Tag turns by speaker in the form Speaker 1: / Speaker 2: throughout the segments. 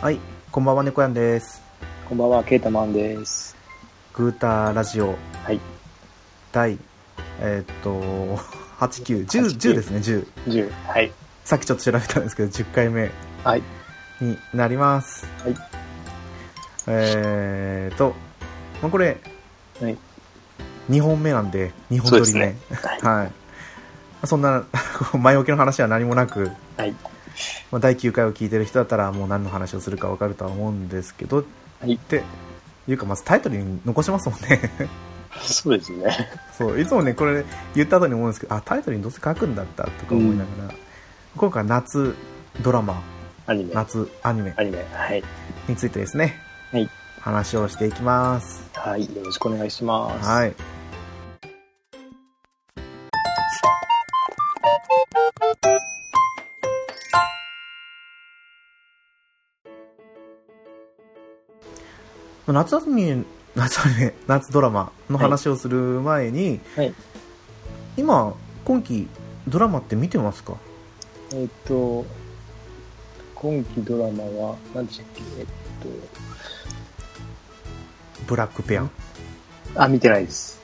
Speaker 1: はい、こんばんは、猫やんです。
Speaker 2: こんばんは、ケータマンです。
Speaker 1: グーターラジオ
Speaker 2: はい。
Speaker 1: 第、えーっと、8、9、10、
Speaker 2: 8
Speaker 1: 10ですね、10。
Speaker 2: 10。はい。
Speaker 1: さっきちょっと調べたんですけど、10回目
Speaker 2: はい。
Speaker 1: になります。
Speaker 2: はい。
Speaker 1: えーっと、まあ、これ、
Speaker 2: はい。
Speaker 1: 2本目なんで、2本撮り
Speaker 2: そう
Speaker 1: 目。
Speaker 2: ではい。
Speaker 1: はい。そんな、 前置きの話は何もなく、
Speaker 2: はい。
Speaker 1: まあ、第9回を聞いてる人だったら、もう何の話をするかわかるとは思うんですけど、っ
Speaker 2: はい。
Speaker 1: ていうか、まずタイトルに残しますもんね。
Speaker 2: そうですね。
Speaker 1: そういつもねこれ言った後に思うんですけどあタイトルにどうせ書くんだったとか思いながら、今回は夏ドラマ
Speaker 2: アニメ。ア
Speaker 1: 夏アニメ
Speaker 2: ニメ。はい。
Speaker 1: についてですね
Speaker 2: はい。
Speaker 1: 話をしていきます
Speaker 2: はい。よろしくお願いします。い。
Speaker 1: はい夏アニメ夏アニメ夏ドラマの話をする前に、
Speaker 2: はい。
Speaker 1: 今今期ドラマって見てますか
Speaker 2: えーっと、今期ドラマは、何でしたっけえーっ
Speaker 1: ブラックペア
Speaker 2: と、あ、見てないです。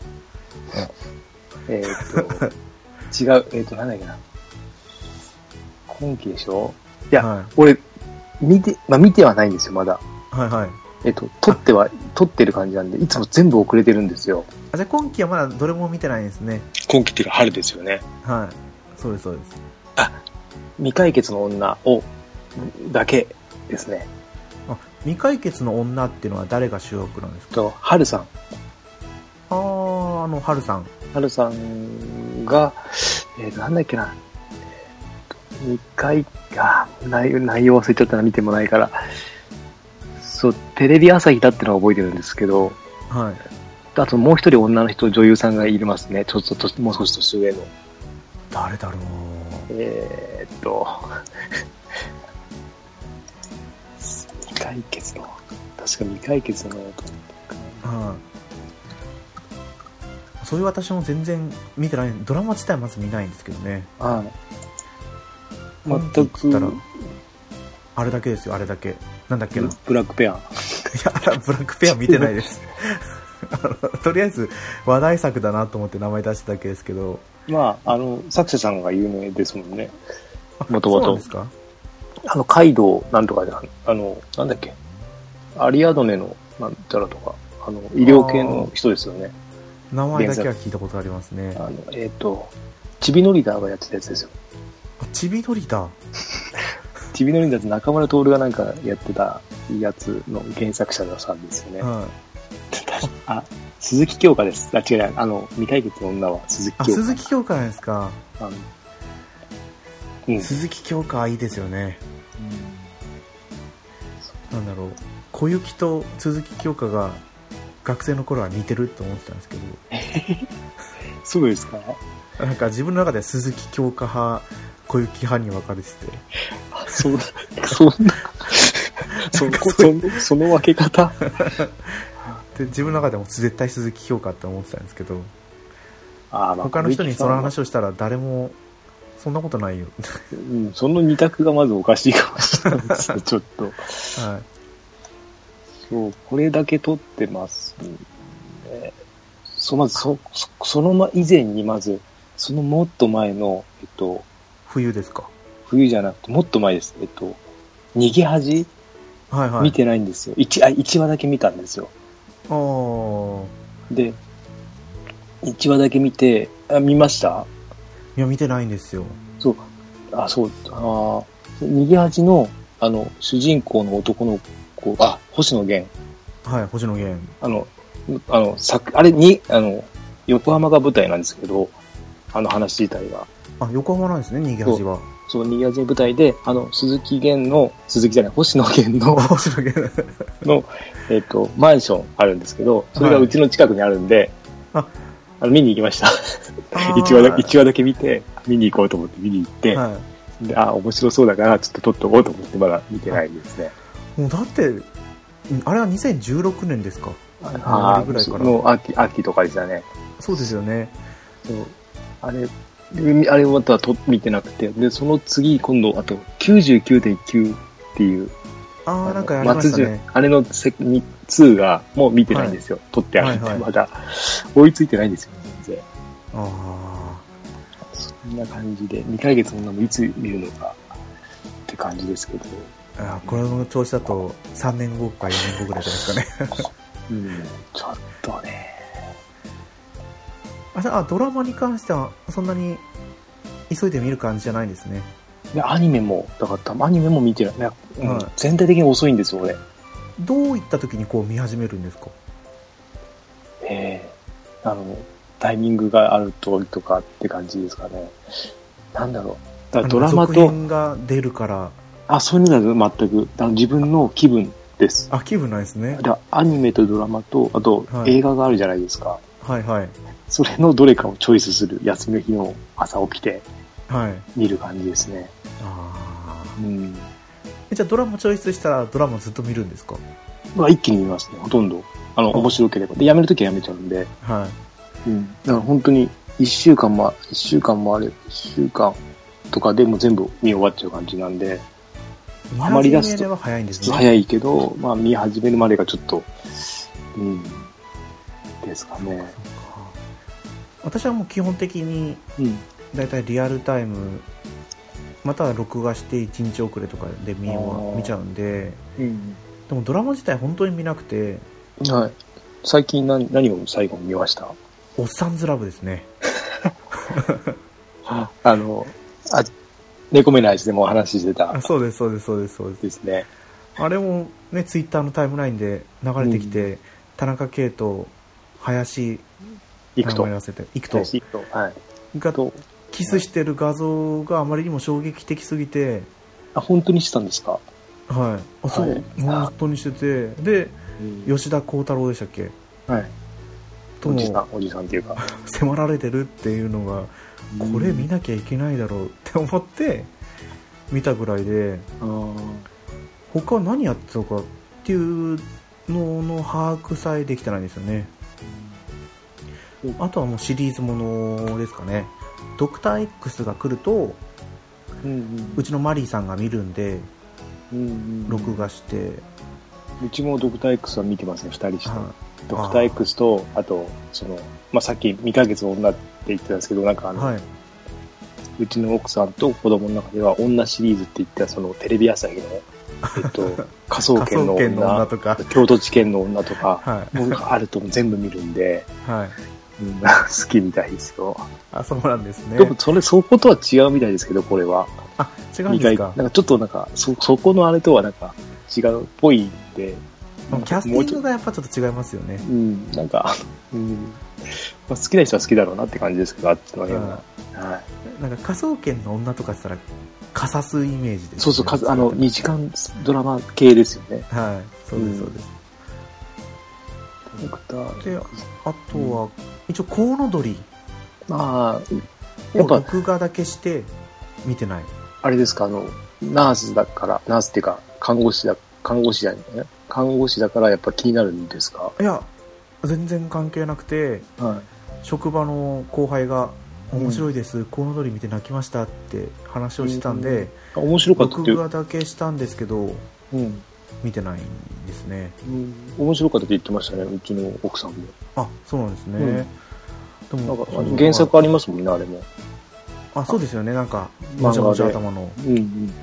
Speaker 2: えーっと、 違う。えーっと、なんだっけな。今期でしょいや、
Speaker 1: は
Speaker 2: 俺、見て、まあ見てはないんですよ、まだ。
Speaker 1: はいはい
Speaker 2: えーっと、撮っては、撮ってる感じなんで、いつも全部遅れてるんですよ。
Speaker 1: あじゃあ今期はまだどれも見てないですね
Speaker 2: 今期っていうか春ですよね。
Speaker 1: はいそうですそうです
Speaker 2: 未解決の女を、だけですね。
Speaker 1: あ未解決の女っていうのは誰が主役なんですか
Speaker 2: と、春さん。
Speaker 1: あああのハルさん
Speaker 2: 春さんが、えーなんだっけな。えーと未解、あ、内容、内容忘れちゃったな、見てもないから。そう、テレビ朝日だってのは覚えてるんですけど、
Speaker 1: はい
Speaker 2: あともう一人女の人、女優さんがいますね。ちょっとと、もう少し年上の。
Speaker 1: 誰だろう
Speaker 2: えーっと、 未解決の、確か未解決の女だと思ったかな
Speaker 1: はいそういう私も全然見てないドラマ自体まず見ないんですけどね
Speaker 2: はい。
Speaker 1: 本気
Speaker 2: 全
Speaker 1: っつ
Speaker 2: く、
Speaker 1: ったらあれだけですよあれだけなんだっけな
Speaker 2: ブラックペ
Speaker 1: い
Speaker 2: ア。
Speaker 1: や、ブラックペア見てないです。 あのとりあえず話題作だなと思って名前出しただけですけど。
Speaker 2: まあ、あの、サクセさんが有名ですもんね。
Speaker 1: あ
Speaker 2: 元々
Speaker 1: そうなんですか
Speaker 2: あの、カイドウなんとかで、あの、なんだっけ、アリアドネのなんちゃらとか、あの、医療系の人ですよね。
Speaker 1: 名前だけは聞いたことありますね
Speaker 2: あ。の、えっ、と、チビノリダーがやってたやつですよ。
Speaker 1: あちびどりだ。
Speaker 2: チビノリダーって中村徹がなんかやってたやつの原作者さんですよね。
Speaker 1: はい。
Speaker 2: あ、鈴木京香です。あ、違う違う、あの、未解決の女は鈴木
Speaker 1: あ、
Speaker 2: 京香。
Speaker 1: 鈴木京香なんですか。
Speaker 2: あのうん。
Speaker 1: 鈴木京香いいですよね。なんだろう。小雪と鈴木京香が学生の頃は似てると思ってたんですけど、
Speaker 2: そうですか
Speaker 1: なんか自分の中では鈴木京香派、小雪派に分かれてて。
Speaker 2: そんそん な、そこ、そんその分け方。
Speaker 1: で、自分の中でも絶対鈴木京香って思ってたんですけど。
Speaker 2: あーまあ
Speaker 1: 他の人にその話をしたら誰もそんなことないよ、
Speaker 2: うん、その二択がまずおかしいかもしれないです ね、ちょっと。
Speaker 1: は
Speaker 2: そう、これだけ撮ってます、ね。そう、まず、そ、そそのま以前にまず、そのもっと前の、えっと、
Speaker 1: い、冬ですか
Speaker 2: 冬じゃなくて、もっと前です。えっと、逃げ恥、
Speaker 1: はいはい
Speaker 2: 見てないんですよ。一、あ、一話だけ見たんですよ。
Speaker 1: ああ
Speaker 2: で、一話だけ見て、あ、見ました
Speaker 1: いや見てないんですよ
Speaker 2: そう、あ、そう、あー右端の、あの、主人公の男の子、あ、星野源、
Speaker 1: はい星野源
Speaker 2: あの、あの、作、あれに、あの、横浜が舞台なんですけど、あの話自体は。
Speaker 1: あ横浜なんですね逃げ恥は
Speaker 2: その右端の舞台で、あの、鈴木源の、鈴木じゃない、星野源の
Speaker 1: あ、 星野源
Speaker 2: の、えっ、と、マンションあるんですけど、それがうちの近くにあるんで、
Speaker 1: はい
Speaker 2: あの見に行きました。 一話だけ、一話だけ見て、見に行こうと思って見に行って、
Speaker 1: は
Speaker 2: であ、面白そうだから、ちょっと撮っとこうと思って、まだ見てないですね。
Speaker 1: いもうだってあれは2016年ですか
Speaker 2: あ
Speaker 1: あれぐらいかな
Speaker 2: の秋、秋とかでしたね。
Speaker 1: そうですよね
Speaker 2: そう。あれ、であれまたと見てなくて、で、その次、今度、あと、99.9っていう、
Speaker 1: ああなんかやりま
Speaker 2: 松
Speaker 1: した
Speaker 2: 潤
Speaker 1: ね、
Speaker 2: あれのセに2がもう見てないんですよ。撮ってあるん
Speaker 1: はいは
Speaker 2: で、
Speaker 1: い
Speaker 2: まだ追いついてないんですよ、全然。
Speaker 1: あ
Speaker 2: そんな感じで、2ヶ月もなもいつ見るのかって感 じですけど。
Speaker 1: ーあーこれの調子だと3年後か4年後ぐらいじゃないで すかね
Speaker 2: うん、ちょっとね。
Speaker 1: あじゃああドラマに関してはそんなに急いで見る感じじゃないんですね
Speaker 2: で、アニメも、だから多分アニメも見てない。なんかうん
Speaker 1: はい
Speaker 2: 全体的に遅いんですよ、俺。
Speaker 1: どういった時にこう見始めるんですか
Speaker 2: えーあの、タイミングがあるととかって感じですかね。なんだろう。だからドラマ
Speaker 1: あの続
Speaker 2: と、
Speaker 1: 編が出るから
Speaker 2: あ、そういうのは全く、あの自分の気分です。
Speaker 1: あ気分ないですね
Speaker 2: だからアニメとドラマと、あと
Speaker 1: はい
Speaker 2: 映画があるじゃないですか。
Speaker 1: はいはい
Speaker 2: それのどれかをチョイスする、休みの日の朝起きて
Speaker 1: はい
Speaker 2: 見る感じですね。
Speaker 1: あー
Speaker 2: うん。
Speaker 1: えじゃあドラマチョイスしたらドラマずっと見るんですか
Speaker 2: まあ一気に見ますね、ほとんど。あの、
Speaker 1: あ
Speaker 2: 面白ければ。で、やめるときはやめちゃうんで。
Speaker 1: はい
Speaker 2: うん。だから本当に、一週間も、一週間もあれ、一週間とかでも全部見終わっちゃう感じなんで、
Speaker 1: あ
Speaker 2: まり出すと
Speaker 1: れは早いんで
Speaker 2: ちょ
Speaker 1: す
Speaker 2: っ
Speaker 1: ね
Speaker 2: と早いけど、まあ見始めるまでがちょっと、うん、ですかね。
Speaker 1: 私はもう基本的に
Speaker 2: うん。
Speaker 1: だいたいリアルタイムまたは録画して1日遅れとかで見よ
Speaker 2: あー
Speaker 1: う見ちゃうんで
Speaker 2: うん。
Speaker 1: でもドラマ自体本当に見なくて
Speaker 2: はい。最近何何を最後に見ました
Speaker 1: おっさんずラブですね
Speaker 2: あの、あ、猫目のやつでもお話ししてた
Speaker 1: あそうですそうですそうですそうです
Speaker 2: ですね。
Speaker 1: あれもねツイッターのタイムラインで流れてきて、田中圭と林
Speaker 2: 行く
Speaker 1: 名
Speaker 2: と
Speaker 1: 前。忘れて行くと
Speaker 2: 行くと。はい。あ
Speaker 1: が
Speaker 2: と、
Speaker 1: キスしてる画像があまりにも衝撃的すぎて、
Speaker 2: あ、本当にしてたんですか
Speaker 1: はい、あそう、
Speaker 2: はい
Speaker 1: 本当にしててで
Speaker 2: よし。
Speaker 1: 吉田鋼太郎でしたっけ
Speaker 2: はい。
Speaker 1: と
Speaker 2: おじさ
Speaker 1: も
Speaker 2: ん、おじさんっていう か。
Speaker 1: 迫られてるっていうのがこれ見なきゃいけないだろうって思って見たぐらいで
Speaker 2: うん
Speaker 1: 他何やってたのかっていうのの把握さえできてないんですよねあとはもうシリーズものですかねドクター X が来ると
Speaker 2: うん
Speaker 1: うちのマリーさんが見るんで
Speaker 2: うんうん
Speaker 1: 録画して、
Speaker 2: うちもドクター X は見てますね、二人して。
Speaker 1: は
Speaker 2: ドクター X と、あと、その、まあ、さっき未解決の女って言ってたんですけど、なんかあ
Speaker 1: い、
Speaker 2: の、
Speaker 1: はいう
Speaker 2: ちの奥さんと子供の中では女シリーズって言ってた、そのテレビ朝日の、えっ と、科捜
Speaker 1: 科
Speaker 2: 研の
Speaker 1: 捜研の女
Speaker 2: 女、
Speaker 1: とか
Speaker 2: 京都地検の女とか、
Speaker 1: は
Speaker 2: もうなんかあると全部見るんで、
Speaker 1: いはい
Speaker 2: うん、 好きみたいですよ。
Speaker 1: あそうなんですね
Speaker 2: でも、それ、そことは違うみたいですけど、これは。
Speaker 1: あ違うん
Speaker 2: 意
Speaker 1: です
Speaker 2: 外
Speaker 1: か
Speaker 2: なんかちょっとなんか、そ、そこのあれとはなんか違うっぽいんで、なん
Speaker 1: キャ
Speaker 2: か
Speaker 1: スティ
Speaker 2: もう
Speaker 1: ン
Speaker 2: ちょ
Speaker 1: グ
Speaker 2: っ
Speaker 1: がやっぱちょっと違いますよね
Speaker 2: と、うん、なんか、うん、まあ、好きな人は好きだろうなって感じですけど、あっちの辺は。はい、
Speaker 1: なんか科捜研の女とかしたらかさすイメージです
Speaker 2: そうそう、かあの、
Speaker 1: はい
Speaker 2: 2時間ドラマ系ですよね。
Speaker 1: そうで
Speaker 2: うん
Speaker 1: すそうです、
Speaker 2: ドクター
Speaker 1: であとは、一応コウノドリ
Speaker 2: まあ、や
Speaker 1: を
Speaker 2: っぱ、
Speaker 1: 録画だけして見てない
Speaker 2: あれですか、あの、ナースだから、ナースっていうか、看護師だ、看護師じゃないね。看護師だからやっぱ気になるんですか
Speaker 1: いや全然関係なくて
Speaker 2: は
Speaker 1: 職場の後輩が「
Speaker 2: うん
Speaker 1: 面白いです、コウノドリ見て泣きました」って話をしてたん
Speaker 2: うんう
Speaker 1: で、
Speaker 2: い。面白かったってい
Speaker 1: 録画
Speaker 2: う、
Speaker 1: だけしたんですけど
Speaker 2: うん、
Speaker 1: 見てないんですね
Speaker 2: うん。面白かったって言ってましたね、うちの奥さんも。
Speaker 1: あそうなんですね、で
Speaker 2: な
Speaker 1: も
Speaker 2: んか
Speaker 1: その
Speaker 2: 原作ありますもんね、あれも。
Speaker 1: あそうですよねなんかも
Speaker 2: 漫画で
Speaker 1: じゃもじゃ頭の
Speaker 2: うんうん。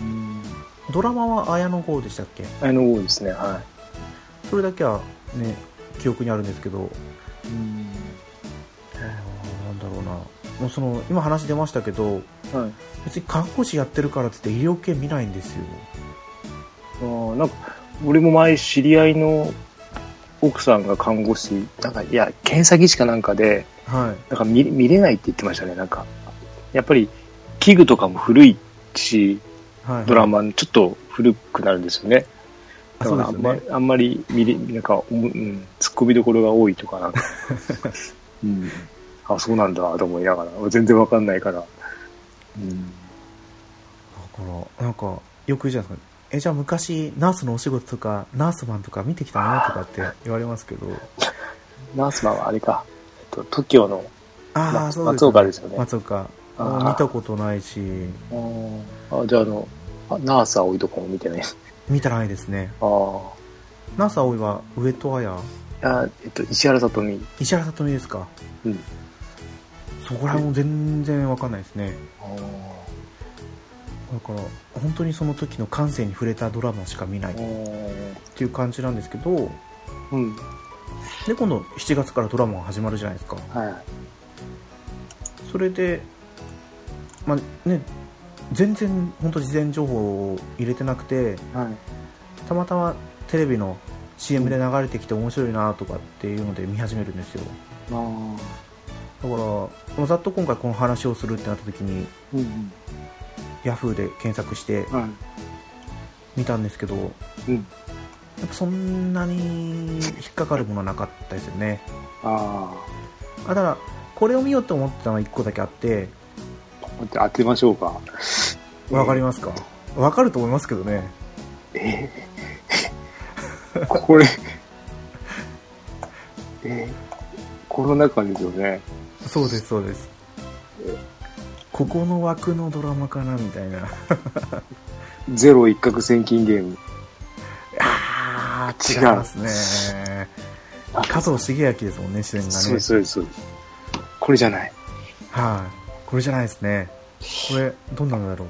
Speaker 2: うん。
Speaker 1: ドラマは綾野剛でしたっけ
Speaker 2: あの号ですね、は
Speaker 1: それだけはね記憶にあるんですけど
Speaker 2: い。うん。
Speaker 1: あーなんだろうなもうその今話出ましたけど
Speaker 2: はい。
Speaker 1: 別に看護師やってるからって言って医療系見ないんですよ
Speaker 2: あーなんか、俺も前知り合いの奥さんが看護師、なんか、いや、検査技師かなんかで、
Speaker 1: はい
Speaker 2: なんか見見れないって言ってましたね、なんか。やっぱり、器具とかも古いし、
Speaker 1: はい
Speaker 2: ドラマちょっと古くなるんですよね。
Speaker 1: あそうで
Speaker 2: あ
Speaker 1: す
Speaker 2: ん
Speaker 1: よ
Speaker 2: ま
Speaker 1: ね
Speaker 2: あんまり見れ、なんか、うんうん、突っ込みどころが多いと か、なんか、うん、あ、そうなんだと思いながら、俺全然わかんないから、うん、
Speaker 1: だからなんかよく言うじゃないですかえじゃあ昔ナースのお仕事とかナースマンとか見てきたのとかって言われますけど
Speaker 2: ナースマンはあれか、えっと、TOKIO の
Speaker 1: ああ
Speaker 2: 松
Speaker 1: そうです
Speaker 2: 松岡ですよね。
Speaker 1: 松岡
Speaker 2: あ
Speaker 1: もう
Speaker 2: ー
Speaker 1: 見たことないし
Speaker 2: あーあ、じゃあ、あの、あナースは置いとこも見てない。
Speaker 1: 見たらないですね。
Speaker 2: あー
Speaker 1: ナース葵は上戸彩、
Speaker 2: あ。えっと、石原さとみ。
Speaker 1: 石原さとみですか。
Speaker 2: うん。
Speaker 1: そこら辺も全然わかんないですね。
Speaker 2: あー
Speaker 1: だから、本当にその時の感性に触れたドラマしか見ない
Speaker 2: あ
Speaker 1: っ
Speaker 2: ー
Speaker 1: ていう感じなんですけど、
Speaker 2: うん。
Speaker 1: で、今度7月からドラマが始まるじゃないですか。
Speaker 2: は
Speaker 1: それで、まあね、全然本当事前情報を入れてなくて、
Speaker 2: い。はい。
Speaker 1: たまたまテレビの CM で流れてきて面白いなとかっていうので見始めるんですよ
Speaker 2: ああ。
Speaker 1: だからざっと今回この話をするってなった時に
Speaker 2: うんうん。
Speaker 1: Yahoo で検索して
Speaker 2: はい。
Speaker 1: 見たんですけどや
Speaker 2: うん。
Speaker 1: っぱそんなに引っかかるものはなかったですよね
Speaker 2: あ
Speaker 1: あただこれを見ようと思ってたのは1個だけあって
Speaker 2: あ。待って当てましょうか。
Speaker 1: わかりますかわかると思いますけどね
Speaker 2: えーこれ、えー、コロナ禍ですよね。
Speaker 1: そうですそうですここの枠のドラマかなみたいな
Speaker 2: ゼロ一攫千金ゲーム。
Speaker 1: あー
Speaker 2: 違
Speaker 1: 違
Speaker 2: う
Speaker 1: いますね
Speaker 2: あ
Speaker 1: 加藤茂明ですもんね主演がね
Speaker 2: そうです、そうです、そうです。これじゃない。
Speaker 1: はい、これじゃないですね。これ、どんなのだろう。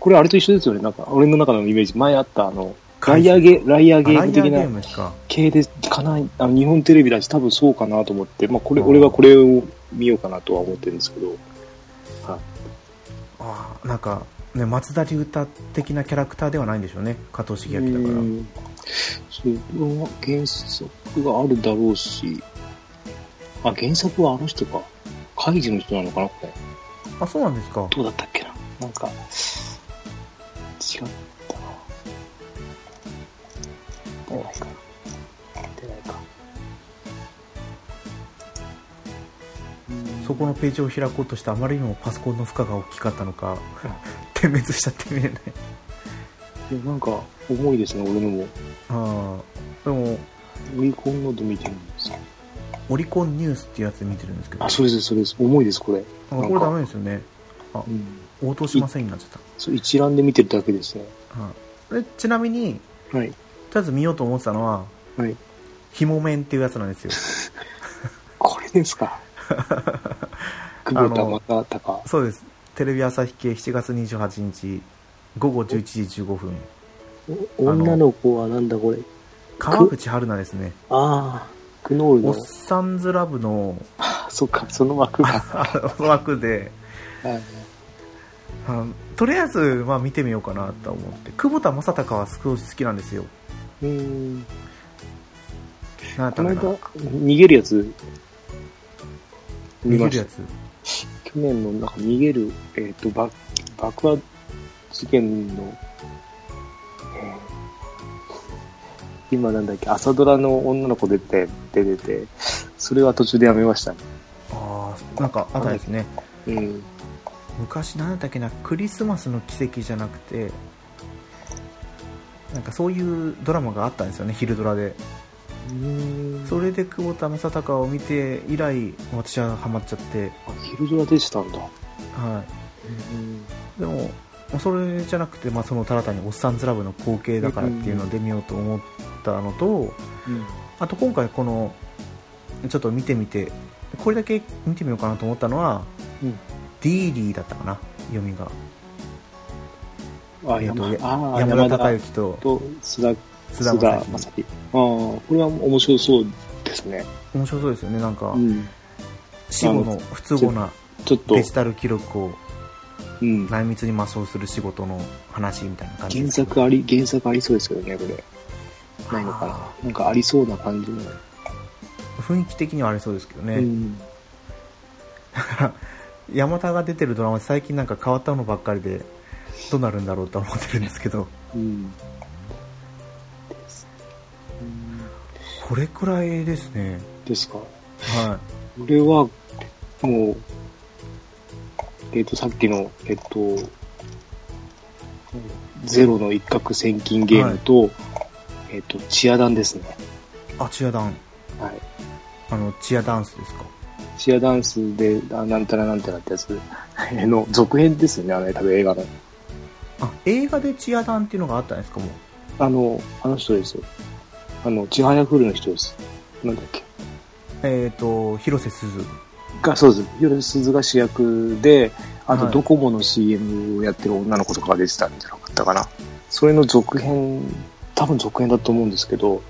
Speaker 2: これあれと一緒ですよね。なんか、俺の中のイメージ、前あったあの、ライアーゲライアー
Speaker 1: あ
Speaker 2: ゲー
Speaker 1: ライアー
Speaker 2: ム
Speaker 1: ゲ
Speaker 2: 的
Speaker 1: ー
Speaker 2: な
Speaker 1: ムですか。
Speaker 2: 系で、かなあの日本テレビだし、多分そうかなと思って、まあ、これ、
Speaker 1: うん
Speaker 2: 俺はこれを見ようかなとは思ってるんですけど、
Speaker 1: ああ、なんか、ね、松田龍太的なキャラクターではないんでしょうね。加藤茂明だから。
Speaker 2: うんそう、まあ原作があるだろうし、あ、原作はあの人か。カイジの人なのかなこれ。
Speaker 1: あ、そうなんですか。
Speaker 2: どうだったっけななんか、違ったな。出ないかな。出ないか。うん
Speaker 1: そこのページを開こうとしてあまりにもパソコンの負荷が大きかったのか、 点滅しちゃって見れない。
Speaker 2: いやなんか、重いですね、俺のも。
Speaker 1: ああ、でも、
Speaker 2: オリコンので見てるんですよ
Speaker 1: オリコンニュースっていうやつで見てるんですけど、
Speaker 2: あ、
Speaker 1: あ
Speaker 2: それです、それです。重いです、これ。
Speaker 1: これダメですよね。
Speaker 2: うん。
Speaker 1: 応答しませんになっちゃっ
Speaker 2: そう一覧で見てるだけですね。
Speaker 1: た。はいでちなみに、
Speaker 2: は
Speaker 1: と
Speaker 2: い。
Speaker 1: りあえず見ようと思ってたのは、
Speaker 2: はい。
Speaker 1: ひも面っていうやつなんですよ。
Speaker 2: これで すか。久保田正孝。
Speaker 1: そうです。テレビ朝日系7月28日午後11時15分。
Speaker 2: お女の子はなんだこれ。
Speaker 1: 川口春奈ですね。
Speaker 2: ああ、クノール
Speaker 1: おっ
Speaker 2: の。
Speaker 1: さんずラブの
Speaker 2: あそっか、その枠が。
Speaker 1: あの枠で、
Speaker 2: はい
Speaker 1: あのとりあえず、まあ、見てみようかなと思って。久保田正孝は少し好きなんですよ。
Speaker 2: うーん。
Speaker 1: なんだ
Speaker 2: この
Speaker 1: ろうな。、
Speaker 2: 間逃げるやつ、見
Speaker 1: 見
Speaker 2: ま
Speaker 1: れる
Speaker 2: し
Speaker 1: や
Speaker 2: た。
Speaker 1: つ。
Speaker 2: 去年の、なんか逃げる、えっ、と、爆、爆破事件の、えー今なんだっけ、朝ドラの女の子出て、出てて、それは途中でやめましたね。
Speaker 1: ああ、なんか、あったですね。
Speaker 2: うん。
Speaker 1: 昔、なんだっけな、クリスマスの奇跡じゃなくて、なんかそういうドラマがあったんですよね、昼ドラで。それで久保田正孝を見て以来私はハマっちゃって、
Speaker 2: あ、昼ドラでしたんだ。
Speaker 1: は
Speaker 2: うん。
Speaker 1: い、でもまあそれじゃなくて、まあ、そのただ単に「おっさんずラブ」の光景だからっていうので見ようと思ったのとあと今回このちょっと見てみてこれだけ見てみようかなと思ったのは、
Speaker 2: うん
Speaker 1: ディーリーだったかな読みが
Speaker 2: あ、
Speaker 1: えーと
Speaker 2: 山
Speaker 1: や
Speaker 2: あー
Speaker 1: 山田孝
Speaker 2: 田
Speaker 1: 之と
Speaker 2: と須田
Speaker 1: 須
Speaker 2: 菅
Speaker 1: 田
Speaker 2: 田
Speaker 1: 将
Speaker 2: 正
Speaker 1: 暉
Speaker 2: 樹。ああ、これは面白そうですね。
Speaker 1: 面白そうですよねなんか、
Speaker 2: うん。
Speaker 1: 死後の不都合な
Speaker 2: ちょっと
Speaker 1: デ、ジタル記録を
Speaker 2: うん。
Speaker 1: 内密に抹消する仕事の話みたいな感じ
Speaker 2: 原
Speaker 1: ですけど
Speaker 2: 作あり、原作ありそうですけどね、これ。ないのか
Speaker 1: あ
Speaker 2: な。なんかありそうな感じの。
Speaker 1: 雰囲気的にはありそうですけどね、
Speaker 2: うん。
Speaker 1: 山田が出てるドラマって最近なんか変わったのばっかりでどうなるんだろうと思ってるんですけど
Speaker 2: うん。ですうん
Speaker 1: これくらいですね
Speaker 2: ですか。
Speaker 1: は
Speaker 2: 俺は、もう、えっ、と、さっきの、えっ、と、ゼロの一攫千金ゲームと、えっ、と、チアダンですね。
Speaker 1: いあチアダン
Speaker 2: はい。
Speaker 1: あのチアダンスですか
Speaker 2: チアダンスで、あなんたらなんたらってやつの続編ですよね、あれ、多分映画の。
Speaker 1: あ映画でチアダンっていうのがあったんですかもう
Speaker 2: あの、あの人ですよ。あの、ちはやふるの人です。なんだっけ。
Speaker 1: えっ、と、広瀬すず。
Speaker 2: が、そうです。広瀬すずが主役で、あと
Speaker 1: はい
Speaker 2: ドコモの CM をやってる女の子とかが出てたんじゃなかったかな。それの続編、多分続編だと思うんですけど、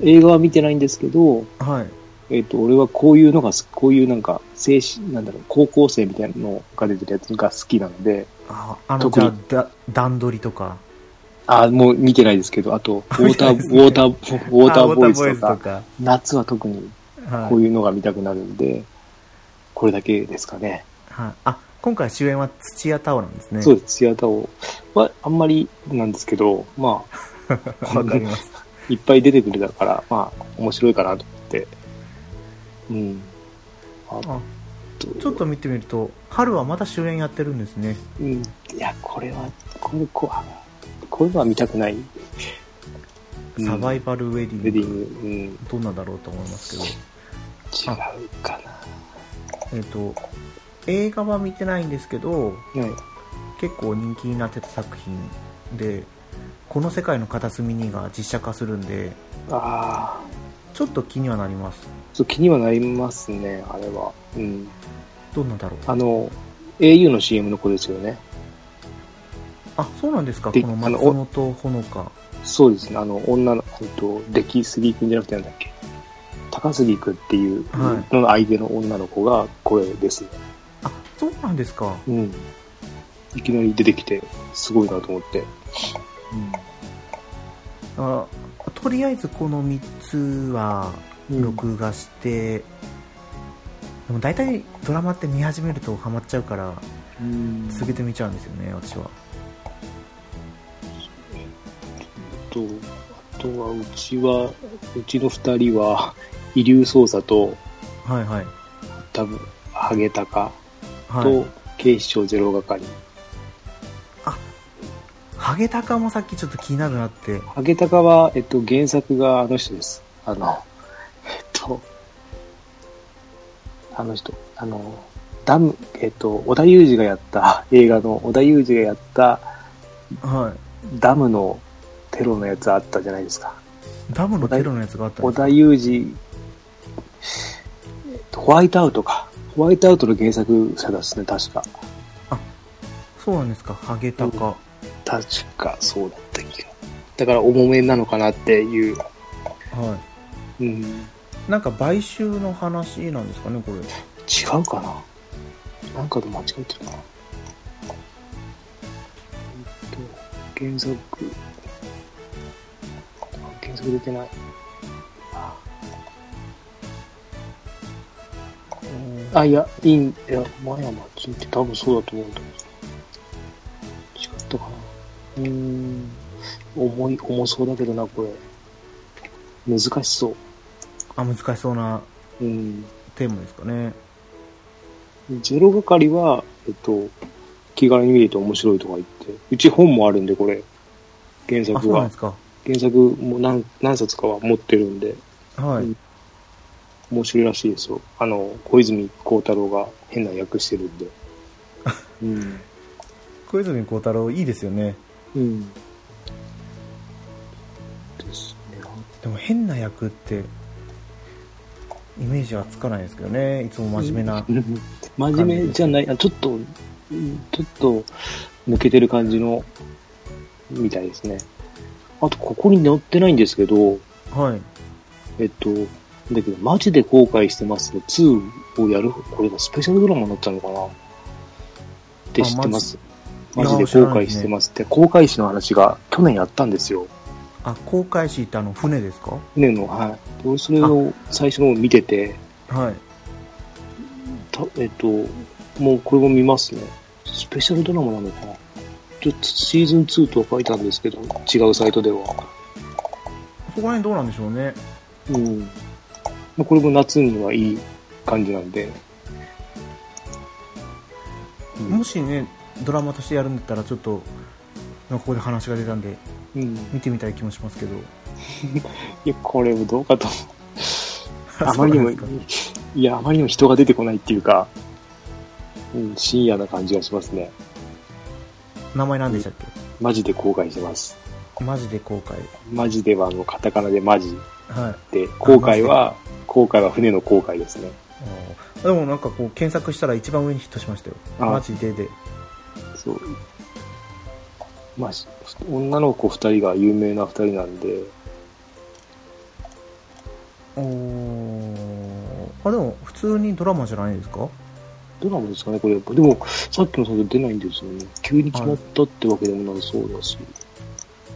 Speaker 2: 映画は見てないんですけど、
Speaker 1: はい。
Speaker 2: えっ、と、俺はこういうのがす、こういうなんか、精神、なんだろう、高校生みたいなのが出てるやつが好きなので、
Speaker 1: ああの、
Speaker 2: 特
Speaker 1: じゃ
Speaker 2: に
Speaker 1: あ、だ段取りとか。
Speaker 2: あ、もう見てないですけど、あと、ウォーター、ウ
Speaker 1: 見てな
Speaker 2: ォーター、ウォーターボーイズと
Speaker 1: あウォー、ター
Speaker 2: か
Speaker 1: ボーイ
Speaker 2: 夏は特に
Speaker 1: ズとか。はい。
Speaker 2: こういうのが見たくなるんで、これだけですかね。
Speaker 1: はい、あ、今回主演は土屋太鳳なんですね。
Speaker 2: そうです、ツヤタオはあんまりなんですけど、まあ、
Speaker 1: わかります。
Speaker 2: いっぱい出てくるだから、まあ、面白いかなと思って。うん。あ
Speaker 1: あ
Speaker 2: と、
Speaker 1: ちょっと見てみると、春はまた主演やってるんですね。
Speaker 2: うん、いや、これは、これ、こう、こういうのは見たくない。うん
Speaker 1: サバイバルウェディング。
Speaker 2: ウェディング、うん、違う
Speaker 1: どんなだろうと思いますけど。
Speaker 2: か
Speaker 1: えっ、と、映画は見てないんですけど、
Speaker 2: な。はい。
Speaker 1: 結構人気になってた作品で、この世界の片隅にが実写化するんで、
Speaker 2: ああ、
Speaker 1: ちょっと気にはなります。
Speaker 2: ちょっと気にはなりますね、あれは。うん。
Speaker 1: どんなだろう。
Speaker 2: あの、au の CM の子ですよね。
Speaker 1: あ、そうなんですか、こ
Speaker 2: で
Speaker 1: の
Speaker 2: あ
Speaker 1: 松
Speaker 2: のお
Speaker 1: 本ほのか。
Speaker 2: そうですね、あの、女の、えっと、出来杉君じゃなくてなんだっけ、高杉君っていう
Speaker 1: は
Speaker 2: の相手の女の子がこれですね。
Speaker 1: あ、そうなんですか。
Speaker 2: うん。いきなり出てきて、すごいなと思って。
Speaker 1: あとりあえずこの3つは
Speaker 2: うん。
Speaker 1: 録画して、でも大体ドラマって見始めるとハマっちゃうから
Speaker 2: うん。
Speaker 1: 続けて見ちゃうんですよね私は
Speaker 2: と、あとは、うちは、うちの二人は、遺留捜査と、
Speaker 1: はいはい
Speaker 2: 多分、ハゲタカ
Speaker 1: は
Speaker 2: と
Speaker 1: い、
Speaker 2: 警視庁ゼロ係。
Speaker 1: ハゲタカもさっきちょっと気になるなって
Speaker 2: ハゲタカは、えっと、原作があの人です。あの、えっと、あの人、あの、ダム、えっと、小田裕二がやった、映画の小田裕二がやった
Speaker 1: は
Speaker 2: ダムのテロのやつあったじゃないですか。
Speaker 1: いダムのテロのやつがあったん
Speaker 2: 小
Speaker 1: です
Speaker 2: 田裕二、えっとホワイトアウトか。ホワイトアウトの原作者ですね、確か。
Speaker 1: そうなんですかハゲタカ、
Speaker 2: 確か、そうだった気が。だから、重めなのかなっていう。
Speaker 1: は
Speaker 2: うん、違
Speaker 1: いなんか買収の話なんですかねこれ
Speaker 2: うかな。なんかで間違えてるかな。えっと、原作。あ原作出てない。
Speaker 1: うん
Speaker 2: あ、いや、いいん、いや、前は町って多分そうだと思うんだけど。違ったかな。うーん。重い、重そうだけどな、これ。難しそ
Speaker 1: あ難しそうな
Speaker 2: う。うん。
Speaker 1: テーマですかね
Speaker 2: ゼロ係は、えっと、気軽に見ると面白いとか言って。うち本もあるんで、これ。原
Speaker 1: あ
Speaker 2: 作
Speaker 1: そうなん
Speaker 2: は
Speaker 1: で。すか
Speaker 2: 原作も何何冊かは持ってるんで、
Speaker 1: はい、
Speaker 2: うん面白いらしいですよ。あの、小泉孝太郎が変な役して るんで。うん。
Speaker 1: 小泉孝太郎いいですよね
Speaker 2: うん。ですね。
Speaker 1: でも変な役ってイメージはつかないですけどねいつも真面目な、
Speaker 2: うん真面目じゃない、あちょっと、うんちょっと抜けてる感じの、みたいですね。あと、ここに載ってないんですけど、
Speaker 1: はい
Speaker 2: えっと、だけど、マジで後悔してますの2をやる、これがスペシャルドラマになったのかなって知ってます。
Speaker 1: マ
Speaker 2: マ
Speaker 1: ジ
Speaker 2: ジで後悔してますって、航海士の話が去年やったんですよ。
Speaker 1: あ航海士ってあの船ですか
Speaker 2: 船の、はい。俺それを最初のを見てて、
Speaker 1: はい
Speaker 2: たえっと、もうこれも見ますね。スペシャルドラマなのかなちょっとシーズン2とは書いたんですけど、違うサイトでは。
Speaker 1: そこら辺どうなんでしょうね
Speaker 2: うん。まあこれも夏にはいい感じなんで。うん
Speaker 1: もしねドラマとしてやるんだったらちょっとまあここで話が出たんで
Speaker 2: うん。
Speaker 1: 見てみたい気もしますけど
Speaker 2: いや、これもどうかと。あ
Speaker 1: そ
Speaker 2: ま
Speaker 1: う
Speaker 2: りに
Speaker 1: なん
Speaker 2: も、
Speaker 1: で
Speaker 2: い
Speaker 1: すか
Speaker 2: や、あまりにも人が出てこないっていうか、うん、深夜な感じがしますね。
Speaker 1: 名前なんでしたっけ
Speaker 2: マジで後悔してます。
Speaker 1: マジで後悔。
Speaker 2: マジではあの、カタカナでマジ
Speaker 1: はい。
Speaker 2: で、後悔は、後悔は船の後悔ですね。
Speaker 1: あーでもなんかこう検索したら一番上にヒットしましたよ。
Speaker 2: あー
Speaker 1: マジでで。
Speaker 2: そう。まあ、し女の子二人が有名な二人なんで、
Speaker 1: おーあ、でも普通にドラマじゃないですか
Speaker 2: ドラマですかね、これ。でも、さっきの作業出ないんですよね。急に決まったってわけでもなさそうだし、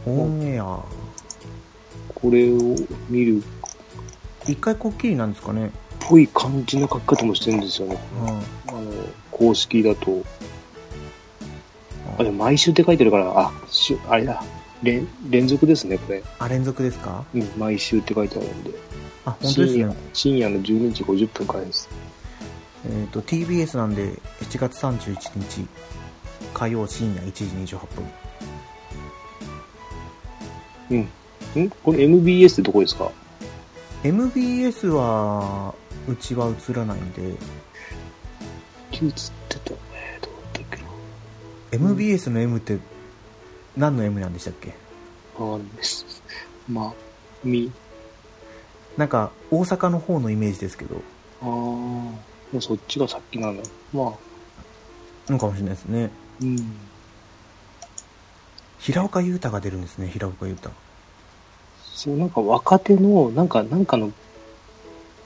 Speaker 1: オンエア。
Speaker 2: これを見るっ
Speaker 1: 一回こっきりなんですかね。
Speaker 2: ぽい感じの書き方もしてるんですよね。
Speaker 1: うん
Speaker 2: あの、公式だと。あ、でも毎週って書いてるから、あ、しあれだ。連連続ですね、これ。
Speaker 1: あ、連続ですか
Speaker 2: うん、毎週って書いてあるんで。
Speaker 1: あ、本当です
Speaker 2: 深
Speaker 1: ね
Speaker 2: 夜。深夜の12時50分からです。
Speaker 1: えっ、と、TBS なんで7月31日、火曜深夜1時28分。
Speaker 2: うん。んこれ MBS ってどこですか
Speaker 1: MBS は、うちは映らないんで、
Speaker 2: 急つってた。えー、どうだったっけな。
Speaker 1: MBS の M って何の M なんでしたっけ
Speaker 2: あーです。ま、み、
Speaker 1: なんか大阪の方のイメージですけど
Speaker 2: あーもうそっちが先なの。まあ、
Speaker 1: のかもしれないですね
Speaker 2: うん。
Speaker 1: 平岡裕太が出るんですね平岡裕太
Speaker 2: そう、なんか若手の、なんか、なんかの、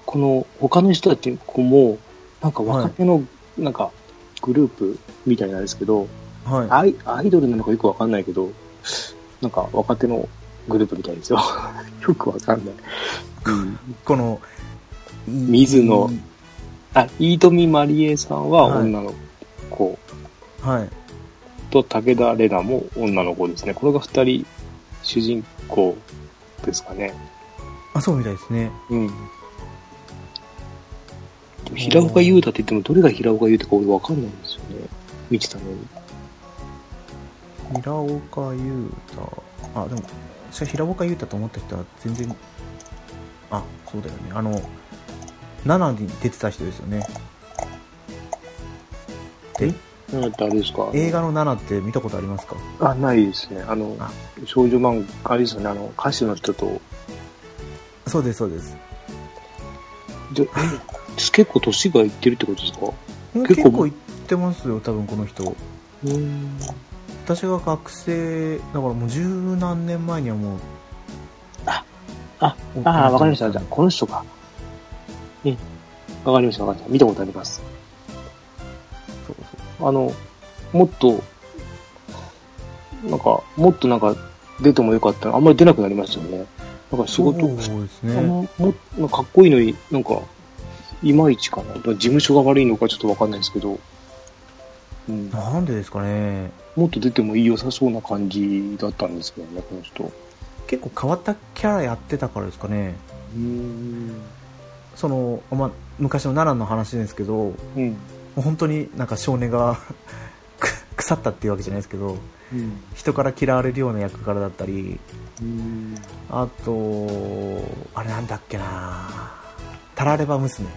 Speaker 2: この、他の人たち子も、なんか若手の、なんか、グループみたいなんですけど、
Speaker 1: はい
Speaker 2: アイアイドルなのかよくわかんないけど、なんか若手のグループみたいですよ。 よくわかんない。うん
Speaker 1: このい
Speaker 2: 水野あ、飯富まりえさんは
Speaker 1: はい
Speaker 2: 女の子
Speaker 1: はい
Speaker 2: と武田玲奈も女の子ですね。これが二人主人公ですかね。
Speaker 1: あそうみたいですね
Speaker 2: うん。平岡優太って言っても、どれが平岡優太か俺わかんないんですよね。見てたのに。
Speaker 1: 平岡裕太あでも私は平岡裕太と思った人は全然あそうだよねあの7に出てた人ですよねで
Speaker 2: なんだってあれですか
Speaker 1: 映画の7って見たことありますか
Speaker 2: あ、ないですね。あの
Speaker 1: あ、
Speaker 2: 少女漫画、あれですよね、あの、歌手の人と、
Speaker 1: そうですそうです
Speaker 2: で、え、結構年がいってるってことですか
Speaker 1: 結
Speaker 2: 結
Speaker 1: 構
Speaker 2: 構
Speaker 1: 行ってますよ多分この人
Speaker 2: うん。
Speaker 1: 私が学生だからもう十何年前にはもう
Speaker 2: ああああ、わかりました。じゃあ、
Speaker 1: あ
Speaker 2: この人か。うん。わかりました、わかりました。見たことあります。
Speaker 1: そうそ
Speaker 2: あの、もっと、なんか、もっとなんか、出てもよかったのあんまり出なくなりましたよね。なんか仕
Speaker 1: う
Speaker 2: 事、
Speaker 1: そうです
Speaker 2: あん
Speaker 1: ね
Speaker 2: まもっとかっこいいのに、なんか、いまいちかな。事務所が悪いのかちょっとわかんないですけど、うん、
Speaker 1: なんでですかね
Speaker 2: もっと出てもいい良さそうな感じだったんですけどね、この人。
Speaker 1: 結構変わったキャラやってたからですかね
Speaker 2: うん。
Speaker 1: その、まあ、昔の奈良の話ですけども
Speaker 2: うん。
Speaker 1: う本当になんか少年が く腐ったっていうわけじゃないですけど
Speaker 2: うん。
Speaker 1: 人から嫌われるような役柄だったり
Speaker 2: うん。
Speaker 1: あとあれなんだっけなタラレバ娘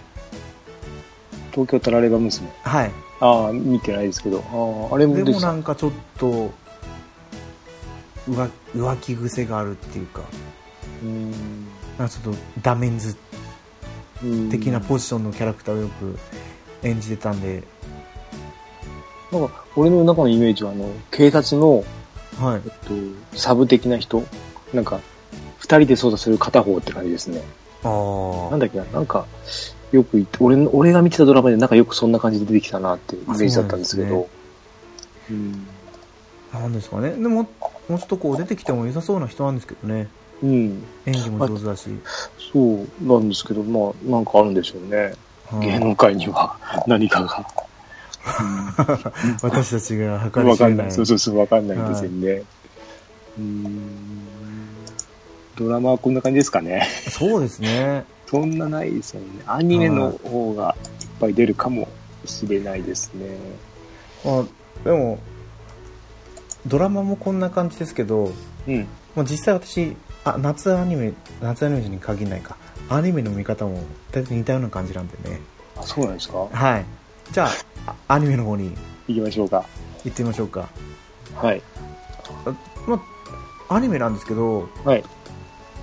Speaker 2: 東京タラレバ娘。
Speaker 1: はい
Speaker 2: ああ、見てないですけど。ああ、あれも
Speaker 1: で
Speaker 2: で
Speaker 1: も
Speaker 2: す。
Speaker 1: なんかちょっと浮浮気癖があるっていうか
Speaker 2: うん
Speaker 1: なんかちょっとダメンズ
Speaker 2: うん
Speaker 1: 的なポジションのキャラクターをよく演じてたんで、
Speaker 2: なんか、俺の中のイメージは、あの、警察の、
Speaker 1: はい
Speaker 2: え、っと、サブ的な人。なんか、二人で捜査する片方って感じですね。
Speaker 1: あ
Speaker 2: なんだっけな、なんか、よく言って、俺の、俺が見てたドラマで、なんかよくそんな感じで出てきたなっていうイメージだったんですけど。うん
Speaker 1: あなんですかねでももうちょっとこう出てきても良さそうな人なんですけどね
Speaker 2: うん。
Speaker 1: 演技も上手だし、
Speaker 2: そうなんですけど、まあ、なんかあるんでしょうね。
Speaker 1: はい
Speaker 2: 芸能界には何かが。
Speaker 1: 私たちが
Speaker 2: う
Speaker 1: 計
Speaker 2: ん
Speaker 1: り
Speaker 2: わ
Speaker 1: 知
Speaker 2: か
Speaker 1: れ
Speaker 2: ん
Speaker 1: な
Speaker 2: ないい。そうそうそう、わかんないんですよね。うん。ドラマはこんな感じですかね。
Speaker 1: そうですね
Speaker 2: そんなないですよね。アニメの方がいっぱい出るかもしれないですね。
Speaker 1: あでもドラマもこんな感じですけど
Speaker 2: うん。
Speaker 1: もう実際私あ夏アニメ夏アニメに限らないかアニメの見方も大体似たような感じなんでね
Speaker 2: あ、そうなんですか
Speaker 1: はいじゃああアニメの方に
Speaker 2: 行きましょうか。
Speaker 1: 行ってみましょうか、
Speaker 2: はい。
Speaker 1: まあ、アニメなんですけど、
Speaker 2: はい。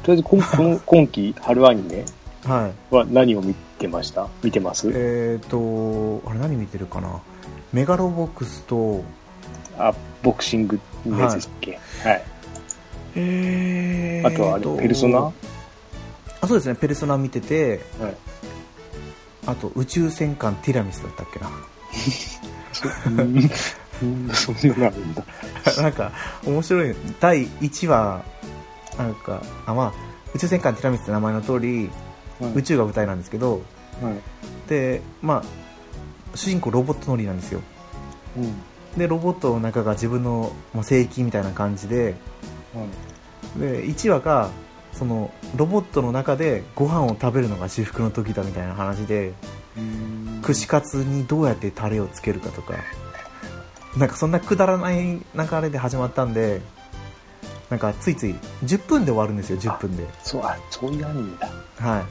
Speaker 2: とりあえず、こん この今期、春アニメ
Speaker 1: はい。
Speaker 2: は何を見てました見てます
Speaker 1: えっ、と、あれ何見てるかなメガロボックスと、
Speaker 2: あ、ボクシングのやつでしたっけはい。
Speaker 1: えー
Speaker 2: あとはあれ、ペルソナは
Speaker 1: あ、そうですね、ペルソナ見てて、
Speaker 2: い。
Speaker 1: あと宇宙戦艦ティラミスだったっけな。
Speaker 2: そうん そんなのあるんだ。
Speaker 1: なんか、面白い。第1話、なんか、あ、まあ、宇宙戦艦ティラミスって名前の通り、
Speaker 2: はい
Speaker 1: 宇宙が舞台なんですけど、
Speaker 2: はい。
Speaker 1: で、まあ、主人公ロボット乗りなんですよ。
Speaker 2: うん。はい
Speaker 1: で、ロボットの中が自分の、まあ、聖域みたいな感じで、で1話がそのロボットの中でご飯を食べるのが至福の時だみたいな話で串カツにどうやってタレをつけるかとかなんかそんなくだらない流れで始まったんでなんかついつい10分で終わるんですよ10分で
Speaker 2: そう、あ、そういうアニメだ。
Speaker 1: はい